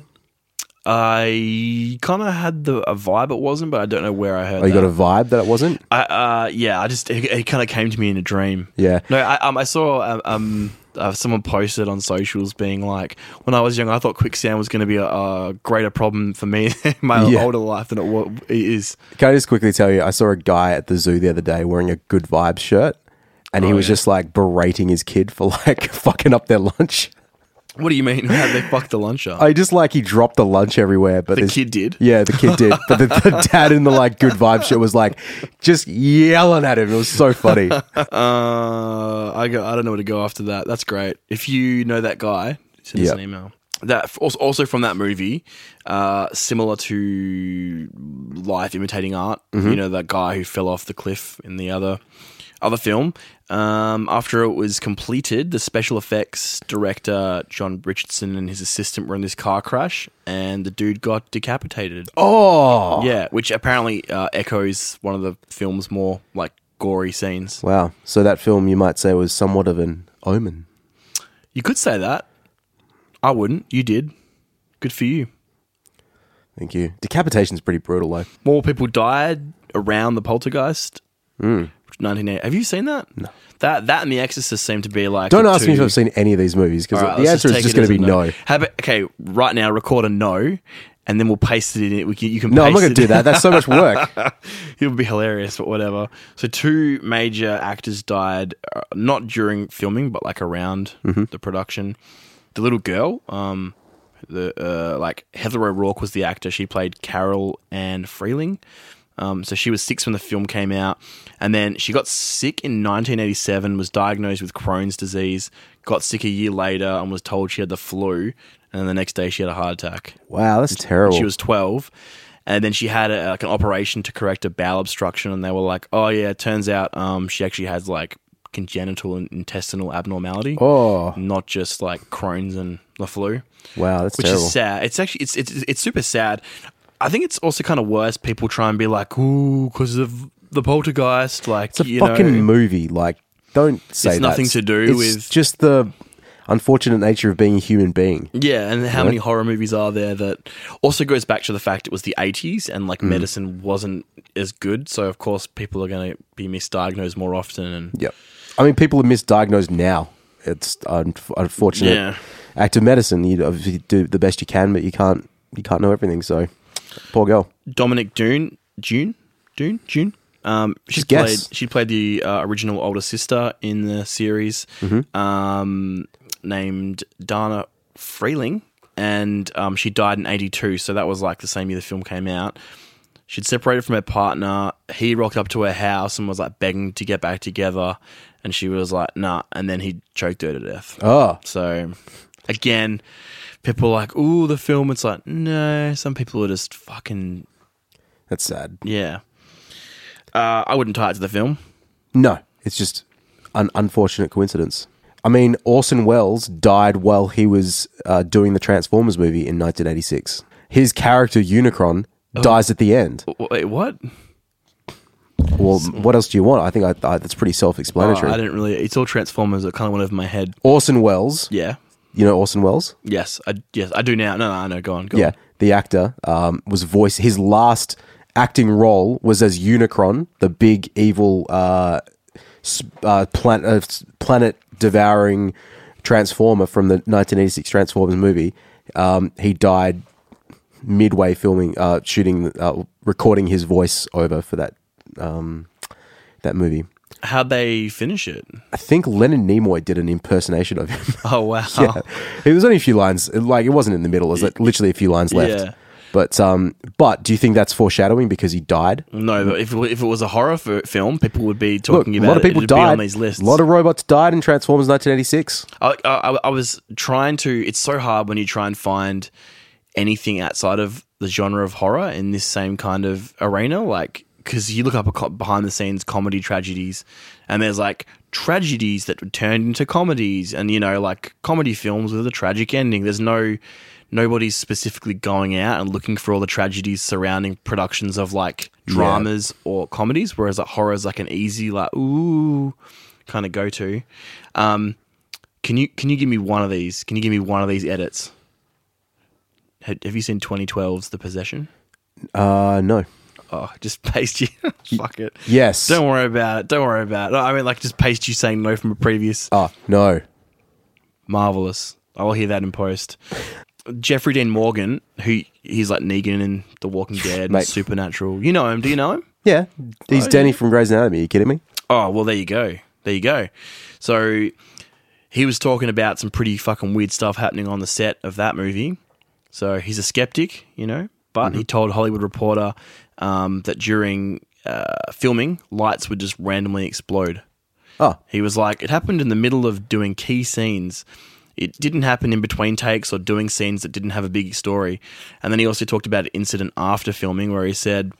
[SPEAKER 5] I kind of had the a vibe it wasn't, but I don't know where I heard.
[SPEAKER 4] Oh, you
[SPEAKER 5] that.
[SPEAKER 4] got a vibe that it wasn't.
[SPEAKER 5] I, uh, yeah, I just it, it kind of came to me in a dream.
[SPEAKER 4] Yeah.
[SPEAKER 5] No, I um, I saw um, um uh, someone posted on socials being like, when I was young, I thought quicksand was going to be a, a greater problem for me in my
[SPEAKER 4] Yeah.
[SPEAKER 5] older life than it, wa- it is.
[SPEAKER 4] Can I just quickly tell you? I saw a guy at the zoo the other day wearing a good vibes shirt, and
[SPEAKER 5] Oh,
[SPEAKER 4] he was just like berating his kid for like fucking up their lunch.
[SPEAKER 5] What do you mean? How they fucked the lunch up?
[SPEAKER 4] I just like he dropped the lunch everywhere, but
[SPEAKER 5] the
[SPEAKER 4] this-
[SPEAKER 5] kid did.
[SPEAKER 4] Yeah, the kid did. But the, the dad in the like good vibe shit was like just yelling at him. It was so funny.
[SPEAKER 5] Uh, I go, I don't know where to go after that. That's great. If you know that guy, send us
[SPEAKER 4] Yeah.
[SPEAKER 5] an email. That also- also from that movie, uh, similar to life imitating art. You know that guy who fell off the cliff in the other other film. Um, after it was completed, the special effects director John Richardson and his assistant were in this car crash, and the dude got decapitated.
[SPEAKER 4] Oh
[SPEAKER 5] Yeah, which apparently uh, echoes one of the film's more like gory scenes.
[SPEAKER 4] wow! So that film you might say was somewhat of an omen.
[SPEAKER 5] You could say that. I wouldn't. You did. Good for you.
[SPEAKER 4] Thank you. Decapitation's pretty brutal, though.
[SPEAKER 5] More people died around the poltergeist.
[SPEAKER 4] Hmm.
[SPEAKER 5] Mm. 1980. Have you seen that? No. That that and The Exorcist seem to be like.
[SPEAKER 4] Don't
[SPEAKER 5] the
[SPEAKER 4] ask me if
[SPEAKER 5] two-
[SPEAKER 4] I've seen any of these movies because
[SPEAKER 5] All right,
[SPEAKER 4] the
[SPEAKER 5] let's
[SPEAKER 4] answer is
[SPEAKER 5] take
[SPEAKER 4] just
[SPEAKER 5] it
[SPEAKER 4] going
[SPEAKER 5] as
[SPEAKER 4] to
[SPEAKER 5] a
[SPEAKER 4] be no. No,
[SPEAKER 5] How about, okay, right now record a no, and then we'll paste it in. It we can, you can.
[SPEAKER 4] I'm
[SPEAKER 5] paste
[SPEAKER 4] not going
[SPEAKER 5] it-
[SPEAKER 4] to do that. That's so much work.
[SPEAKER 5] it would be hilarious, but whatever. So two major actors died, uh, not during filming, but like around the production. The little girl, um, the uh, like Heather O'Rourke was the actor. She played Carol Ann Freeling. Um, so she was six when the film came out, and then she got sick in 1987. Was diagnosed with Crohn's disease. Got sick a year later and was told she had the flu. And then the next day she had a heart attack.
[SPEAKER 4] Wow, that's terrible.
[SPEAKER 5] She was 12. And then she had a, like an operation to correct a bowel obstruction, and they were like, "Oh yeah, it turns out um, she actually has like congenital and intestinal abnormality,
[SPEAKER 4] Oh.
[SPEAKER 5] not just like Crohn's and the flu."
[SPEAKER 4] wow, that's
[SPEAKER 5] which
[SPEAKER 4] terrible.
[SPEAKER 5] is sad. It's actually it's it's it's super sad. I think it's also kind of worse. People try and be like, "Ooh, because of the poltergeist," like
[SPEAKER 4] It's a
[SPEAKER 5] you
[SPEAKER 4] fucking
[SPEAKER 5] know,
[SPEAKER 4] movie. Like, don't say
[SPEAKER 5] It's nothing
[SPEAKER 4] that.
[SPEAKER 5] to do
[SPEAKER 4] It's
[SPEAKER 5] with-
[SPEAKER 4] just the. unfortunate nature of being a human being.
[SPEAKER 5] Yeah, and how many horror movies are there that also goes back to the fact it was the 80s and like medicine wasn't as good, so of course people are going to be misdiagnosed more often and
[SPEAKER 4] Yep. I mean, people are misdiagnosed now. It's un- unfortunate.
[SPEAKER 5] Yeah.
[SPEAKER 4] Active medicine, you obviously do the best you can, but you can't you can't know everything. So, poor girl.
[SPEAKER 5] Dominic Dune, June, Dune, June. Um, she
[SPEAKER 4] Just
[SPEAKER 5] played
[SPEAKER 4] guess.
[SPEAKER 5] she played the uh, original older sister in the series,
[SPEAKER 4] Mm-hmm.
[SPEAKER 5] um, named Dana Freeling, and um, she died in '82, so that was like the same year the film came out. She'd separated from her partner. He rocked up to her house and was like begging to get back together, and she was like, "Nah," and then he choked her to death.
[SPEAKER 4] Oh,
[SPEAKER 5] So again, people are like, "Ooh, the film." It's like, no. Some people are just fucking
[SPEAKER 4] that's sad.
[SPEAKER 5] yeah. Uh, I wouldn't tie it to the film.
[SPEAKER 4] No, it's just an unfortunate coincidence. I mean, Orson Welles died while he was uh, doing the Transformers movie in 1986. His character Unicron
[SPEAKER 5] Oh.
[SPEAKER 4] dies at the end.
[SPEAKER 5] W- Wait, what?
[SPEAKER 4] Well, what else do you want? I think I, I, that's pretty
[SPEAKER 5] Oh,
[SPEAKER 4] self-explanatory.
[SPEAKER 5] I didn't really. It's all Transformers that kind of went over my head.
[SPEAKER 4] Orson Welles,
[SPEAKER 5] Yeah.
[SPEAKER 4] you know Orson Welles?
[SPEAKER 5] Yes. I yes I do now. No, no, I know. Go on. Go
[SPEAKER 4] Yeah,
[SPEAKER 5] On.
[SPEAKER 4] the actor um, was voice. His last acting role was as Unicron, the big evil uh, s- uh, plan- uh, planet devouring transformer from the 1986 Transformers movie. Um, he died midway filming, uh, shooting, uh, recording his voice over for that um, that movie.
[SPEAKER 5] How'd they finish it?
[SPEAKER 4] I think Leonard Nimoy did an impersonation of him.
[SPEAKER 5] Oh wow.
[SPEAKER 4] Yeah. It was only a few lines. Like it wasn't in the middle. It was like, literally a few lines left.
[SPEAKER 5] Yeah.
[SPEAKER 4] But um, but do you think that's foreshadowing because he died?
[SPEAKER 5] No, but if it, wa- if it was a horror f- film, people would be
[SPEAKER 4] Look, a
[SPEAKER 5] talking about
[SPEAKER 4] lot of
[SPEAKER 5] it.
[SPEAKER 4] people
[SPEAKER 5] It'd be
[SPEAKER 4] died.
[SPEAKER 5] on these lists.
[SPEAKER 4] A lot of robots died in Transformers 1986.
[SPEAKER 5] I, I, I was trying to. It's so hard when you try and find anything outside of the genre of horror in this same kind of arena, like because you look up a co- behind the scenes comedy tragedies, and there's like tragedies that were turned into comedies, and you know like comedy films with a tragic ending. There's no nobody's specifically going out and looking for all the tragedies surrounding productions of like dramas or comedies, whereas like horror is like an easy like ooh kind of go to. Um, can you can you give me one of these? Can you give me one of these edits? Have, have you seen 2012's The Possession?
[SPEAKER 4] Uh, no.
[SPEAKER 5] Oh, just paste you. Fuck it.
[SPEAKER 4] Yes.
[SPEAKER 5] Don't worry about it. Don't worry about it. No, I mean, like, just paste you saying no from a previous.
[SPEAKER 4] Ah, no.
[SPEAKER 5] Marvelous. I will hear that in post. Jeffrey Dean Morgan, who he's like Negan in The Walking Dead, and
[SPEAKER 4] Mate.
[SPEAKER 5] Supernatural. You know him? Do you know him?
[SPEAKER 4] Yeah, he's Danny from Grey's Anatomy. Are you kidding me?
[SPEAKER 5] Oh, well, there you go. There you go. So he was talking about some pretty fucking weird stuff happening on the set of that movie. So he's a skeptic, you know, but he told Hollywood Reporter um, that during uh, filming, lights would just randomly explode.
[SPEAKER 4] Oh,
[SPEAKER 5] He was like, it happened in the middle of doing key scenes. It didn't happen in between takes or doing scenes that didn't have a big story. And then he also talked about an incident after filming where he said,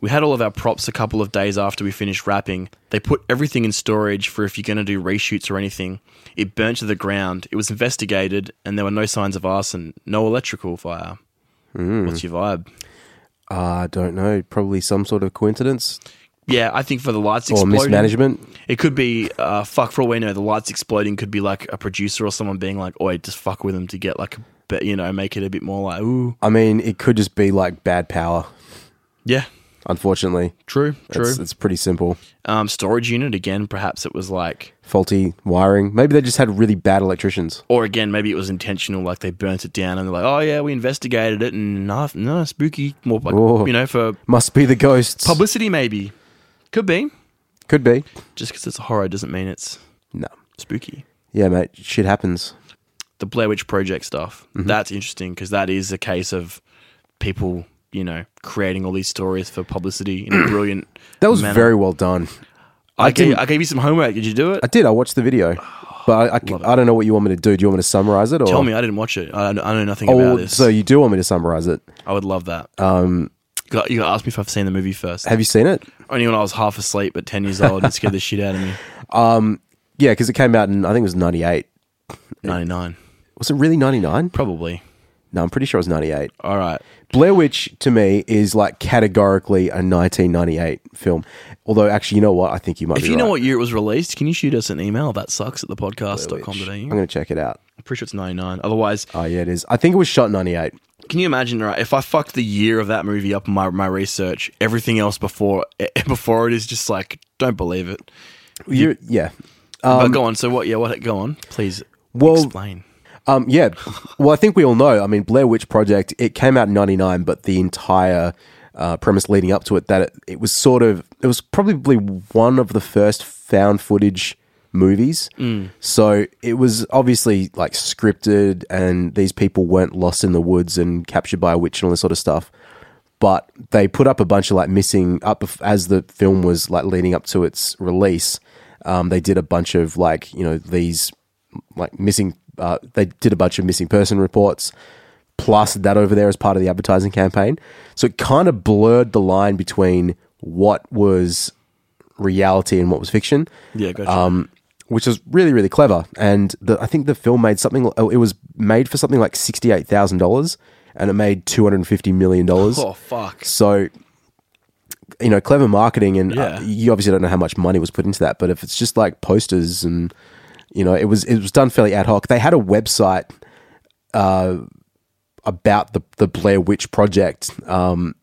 [SPEAKER 5] We had all of our props a couple of days after we finished wrapping. They put everything in storage for if you're going to do reshoots or anything. It burnt to the ground. It was investigated, and there were no signs of arson, no electrical fire.
[SPEAKER 4] Hmm.
[SPEAKER 5] What's your vibe?
[SPEAKER 4] I don't know. Probably some sort of coincidence
[SPEAKER 5] Yeah, I think for the lights
[SPEAKER 4] or
[SPEAKER 5] exploding,
[SPEAKER 4] mismanagement.
[SPEAKER 5] It could be, uh, fuck, for all we know, the lights exploding could be like a producer or someone being like, oi, just fuck with them to get like, a bit, you know, make it a bit more like, ooh.
[SPEAKER 4] I mean, it could just be like bad power.
[SPEAKER 5] Yeah,
[SPEAKER 4] Unfortunately,
[SPEAKER 5] true, true.
[SPEAKER 4] It's, it's pretty simple.
[SPEAKER 5] um, storage unit, again, perhaps it was like,
[SPEAKER 4] Faulty wiring. Maybe they just had really bad electricians.
[SPEAKER 5] or again, maybe it was intentional, like they burnt it down and they're like, oh yeah, we investigated it and no, no spooky, more like,
[SPEAKER 4] Whoa.
[SPEAKER 5] you know, for
[SPEAKER 4] Must be the ghosts.
[SPEAKER 5] publicity maybe. Could be.
[SPEAKER 4] Could be.
[SPEAKER 5] Just because it's a horror doesn't mean it's
[SPEAKER 4] No.
[SPEAKER 5] spooky.
[SPEAKER 4] Yeah, mate. Shit happens.
[SPEAKER 5] the Blair Witch Project stuff.
[SPEAKER 4] Mm-hmm.
[SPEAKER 5] That's interesting because that is a case of people, you know, creating all these stories for publicity in a brilliant.
[SPEAKER 4] That was
[SPEAKER 5] manner.
[SPEAKER 4] very well done.
[SPEAKER 5] I, gave,
[SPEAKER 4] didn't-
[SPEAKER 5] I gave you some homework. Did you do it?
[SPEAKER 4] I did. I watched the video, but I, I, I don't know what you want me to do. Do you want me to summarize it or
[SPEAKER 5] Tell me, I didn't watch it. I, I know nothing
[SPEAKER 4] Oh,
[SPEAKER 5] about this.
[SPEAKER 4] so you do want me to summarize it?
[SPEAKER 5] I would love that. Um, you got to ask me if I've seen the movie first.
[SPEAKER 4] Have you seen it?
[SPEAKER 5] Only when I was half asleep at ten years old, it scared the shit out of me.
[SPEAKER 4] Yeah, because it came out in I think it was ninety eight.
[SPEAKER 5] Ninety nine,
[SPEAKER 4] Was it really ninety nine?
[SPEAKER 5] probably.
[SPEAKER 4] No, I'm pretty sure it was 98.
[SPEAKER 5] All right.
[SPEAKER 4] Blair Witch to me is like categorically a 1998 film. Although, actually, you know what? I think you might
[SPEAKER 5] If
[SPEAKER 4] be
[SPEAKER 5] you know
[SPEAKER 4] right.
[SPEAKER 5] what year it was released, can you shoot us an email? That sucks at
[SPEAKER 4] Blair Witch.
[SPEAKER 5] thepodcast.com.au.
[SPEAKER 4] I'm
[SPEAKER 5] I'm
[SPEAKER 4] going to check it out.
[SPEAKER 5] pretty sure it's 99. Otherwise,
[SPEAKER 4] Oh, yeah, it is. I think it was shot in 98.
[SPEAKER 5] can you imagine, right? If I fucked the year of that movie up in my, my research, everything else before before it is just like, don't believe it.
[SPEAKER 4] You, yeah.
[SPEAKER 5] but go on. So, what? Yeah, what? Go on. Please
[SPEAKER 4] Um, Well-
[SPEAKER 5] explain.
[SPEAKER 4] Um, yeah. Well, I think we all know. I mean, Blair Witch Project, it came out in 99, but the entire uh, premise leading up to it, that it, it was sort of, it was probably one of the first found footage movies. So it was obviously like scripted, and these people weren't lost in the woods and captured by a witch and all this sort of stuff. But they put up a bunch of like missing up bef- as the film was like leading up to its release. Um, they did a bunch of like, you know, these like missing. Uh, they did a bunch of missing person reports, plastered that over there as part of the advertising campaign. So it kind of blurred the line between what was reality and what was fiction.
[SPEAKER 5] Yeah, gotcha.
[SPEAKER 4] Um, which was really really clever, and the, I think the film made something. oh, It was made for something like sixty eight thousand dollars, and it made two hundred and fifty million dollars.
[SPEAKER 5] oh, fuck.
[SPEAKER 4] So, you know, clever marketing, and
[SPEAKER 5] Yeah.
[SPEAKER 4] uh, you obviously don't know how much money was put into that. But if it's just like posters, and you know, it was it was done fairly ad hoc. They had a website uh, about the the Blair Witch Project. Um,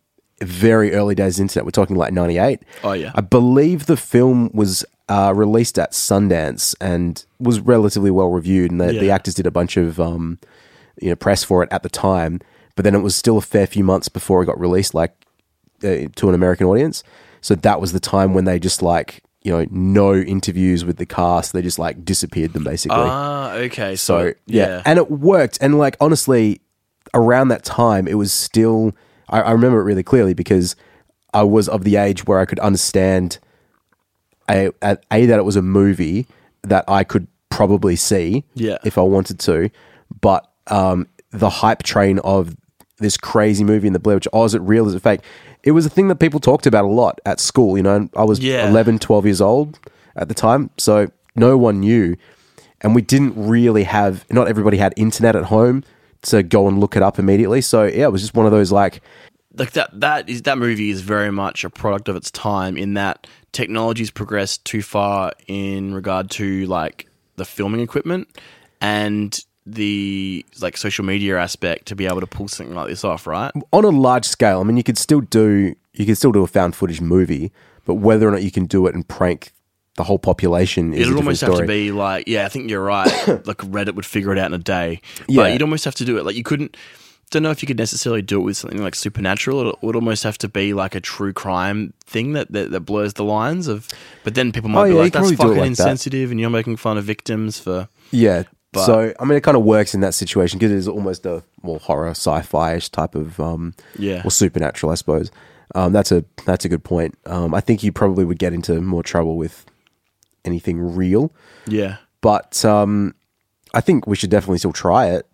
[SPEAKER 4] very early days of the internet. We're talking like ninety eight.
[SPEAKER 5] Oh, yeah.
[SPEAKER 4] I believe the film was. Uh, released at Sundance and was relatively well reviewed, and the, the
[SPEAKER 5] Yeah.
[SPEAKER 4] actors did a bunch of um, you know press for it at the time, but then it was still a fair few months before it got released, like uh, to an American audience. So that was the time when they just like you know no interviews with the cast; they just like disappeared them basically.
[SPEAKER 5] Ah, okay. So,
[SPEAKER 4] so yeah. and it worked. And like honestly, around that time, it was still I, I remember it really clearly because I was of the age where I could understand a, a, a that it was a movie that I could probably see
[SPEAKER 5] Yeah.
[SPEAKER 4] if I wanted to, but um, the hype train of this crazy movie in the Blair Witch, oh, is it real? Is it fake? It was a thing that people talked about a lot at school, you know, and I was
[SPEAKER 5] Yeah.
[SPEAKER 4] 11, 12 years old at the time, so no one knew. And we didn't really have, not everybody had internet at home to go and look it up immediately. So, yeah, it was just one of those like,
[SPEAKER 5] like that that is that movie is very much a product of its time in that technology's progressed too far in regard to like the filming equipment and the like social media aspect to be able to pull something like this off, right?
[SPEAKER 4] on a large scale, I mean, you could still do you could still do a found footage movie, but whether or not you can do it and prank the whole population is
[SPEAKER 5] It'd
[SPEAKER 4] a different
[SPEAKER 5] almost have
[SPEAKER 4] story.
[SPEAKER 5] to be like, yeah, I think you're right. like Reddit would figure it out in a day,
[SPEAKER 4] Yeah.
[SPEAKER 5] but you'd almost have to do it. Like you couldn't. Don't know if you could necessarily do it with something like supernatural. It would almost have to be like a true crime thing that that, that blurs the lines of. But then people might
[SPEAKER 4] Oh,
[SPEAKER 5] be
[SPEAKER 4] yeah, you
[SPEAKER 5] like,
[SPEAKER 4] can probably
[SPEAKER 5] "That's
[SPEAKER 4] do it
[SPEAKER 5] fucking
[SPEAKER 4] like that."
[SPEAKER 5] insensitive," and you're making fun of victims for.
[SPEAKER 4] yeah. so I mean, it kind of works in that situation because it is almost a more horror sci-fi-ish type of um,
[SPEAKER 5] Yeah.
[SPEAKER 4] or supernatural, I suppose. Um, that's a that's a good point. Um, I think you probably would get into more trouble with anything real,
[SPEAKER 5] Yeah,
[SPEAKER 4] but um, I think we should definitely still try it.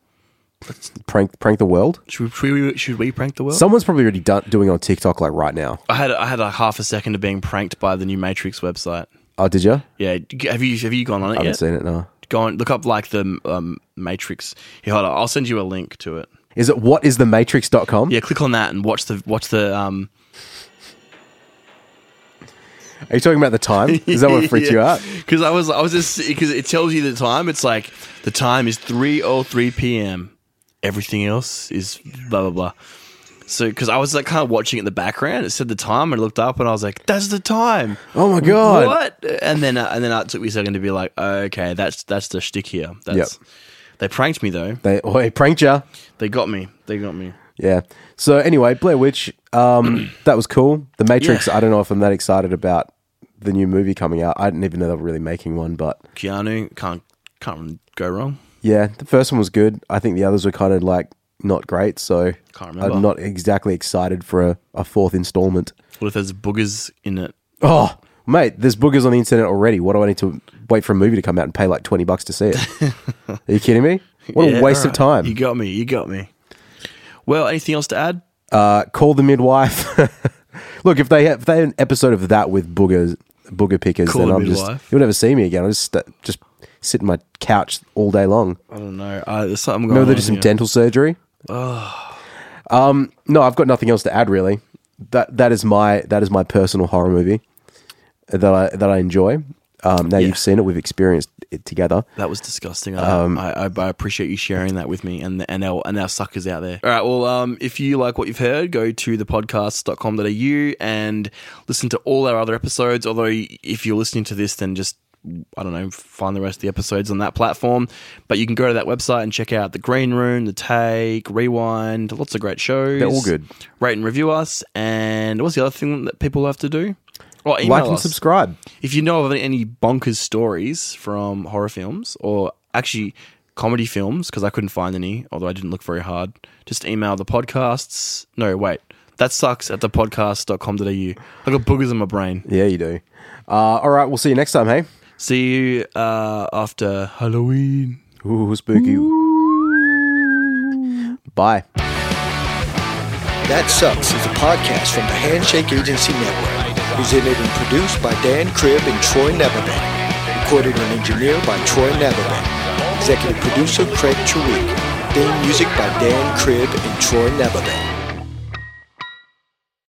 [SPEAKER 4] Prank prank the world.
[SPEAKER 5] should we, should we should we prank the world?
[SPEAKER 4] Someone's probably already done, doing it on TikTok like right now.
[SPEAKER 5] I had I had a half a second of being pranked by the new Matrix website.
[SPEAKER 4] Oh, did you?
[SPEAKER 5] Yeah, have you have you gone on it
[SPEAKER 4] I haven't
[SPEAKER 5] yet?
[SPEAKER 4] seen it. No.
[SPEAKER 5] Go and look up like the um, Matrix. Here, hold on, I'll send you a link to it.
[SPEAKER 4] Is it what is the matrix.com?
[SPEAKER 5] Yeah, click on that and watch the watch the um
[SPEAKER 4] Are you talking about the time? Is that what freaked you out?
[SPEAKER 5] because I was I was just because it tells you the time. It's like the time is three oh three p.m. Everything else is blah blah blah. So because I was like kind of watching it in the background, it said the time, and I looked up and I was like, "That's the time."
[SPEAKER 4] Oh my god.
[SPEAKER 5] What? And then uh, and then it took me a second to be like, "Okay, that's that's the shtick here." That's they pranked me though.
[SPEAKER 4] They oh, they pranked ya.
[SPEAKER 5] They got me. They got me.
[SPEAKER 4] Yeah. So anyway, Blair Witch, um, that was cool. The Matrix,
[SPEAKER 5] Yeah.
[SPEAKER 4] I don't know if I'm that excited about the new movie coming out. I didn't even know they were really making one, but
[SPEAKER 5] Keanu can't can't go wrong.
[SPEAKER 4] yeah, the first one was good. I think the others were kind of like not great, so
[SPEAKER 5] Can't remember.
[SPEAKER 4] I'm not exactly excited for a, a fourth installment.
[SPEAKER 5] What if there's boogers in it?
[SPEAKER 4] Oh, mate, there's boogers on the internet already. What do I need to wait for a movie to come out and pay like 20 bucks to see it? Are you kidding me? What
[SPEAKER 5] Yeah,
[SPEAKER 4] a waste
[SPEAKER 5] alright.
[SPEAKER 4] of time.
[SPEAKER 5] You got me. You got me. Well, anything else to add?
[SPEAKER 4] Uh, call the midwife. Look, if they if they had an episode of that with boogers, booger pickers,
[SPEAKER 5] Call
[SPEAKER 4] then
[SPEAKER 5] the
[SPEAKER 4] I'm just
[SPEAKER 5] midwife.
[SPEAKER 4] you'll never see me again. I just sta- just sit on my couch all day long.
[SPEAKER 5] I don't know. Uh, there's something going
[SPEAKER 4] Remember they
[SPEAKER 5] on.
[SPEAKER 4] did some
[SPEAKER 5] here.
[SPEAKER 4] dental surgery? Um, No, I've got nothing else to add really. That that is my that is my personal horror movie that I that I enjoy. Um, now
[SPEAKER 5] Yeah.
[SPEAKER 4] you've seen it, we've experienced it together.
[SPEAKER 5] That was disgusting. I, I, I, I appreciate you sharing that with me and and our, and our suckers out there. All right. Well, um, if you like what you've heard, go to thepodcast.com.au and listen to all our other episodes. Although, if you're listening to this, then just, I don't know, find the rest of the episodes on that platform. But you can go to that website and check out The Green Room, The Take, Rewind, lots of great shows.
[SPEAKER 4] They're all good.
[SPEAKER 5] Rate and review us. And what's the other thing that people have to do? Well, email
[SPEAKER 4] like and
[SPEAKER 5] us.
[SPEAKER 4] subscribe.
[SPEAKER 5] If you know of any bonkers stories from horror films or actually comedy films, because I couldn't find any, although I didn't look very hard, just email the podcasts. No, wait. That sucks at thepodcast.com.au. I got boogers in my brain.
[SPEAKER 4] Yeah, you do. Uh, all right, we'll see you next time. Hey,
[SPEAKER 5] See you uh, after Halloween.
[SPEAKER 4] ooh, spooky. Bye.
[SPEAKER 1] That Sucks is a podcast from the Handshake Agency Network, presented and produced by Dan Cribb and Troy Neverbeck. Recorded and engineered by Troy Neverbeck. Executive producer Craig Chawik. Theme music by Dan Cribb and Troy Neverbeck.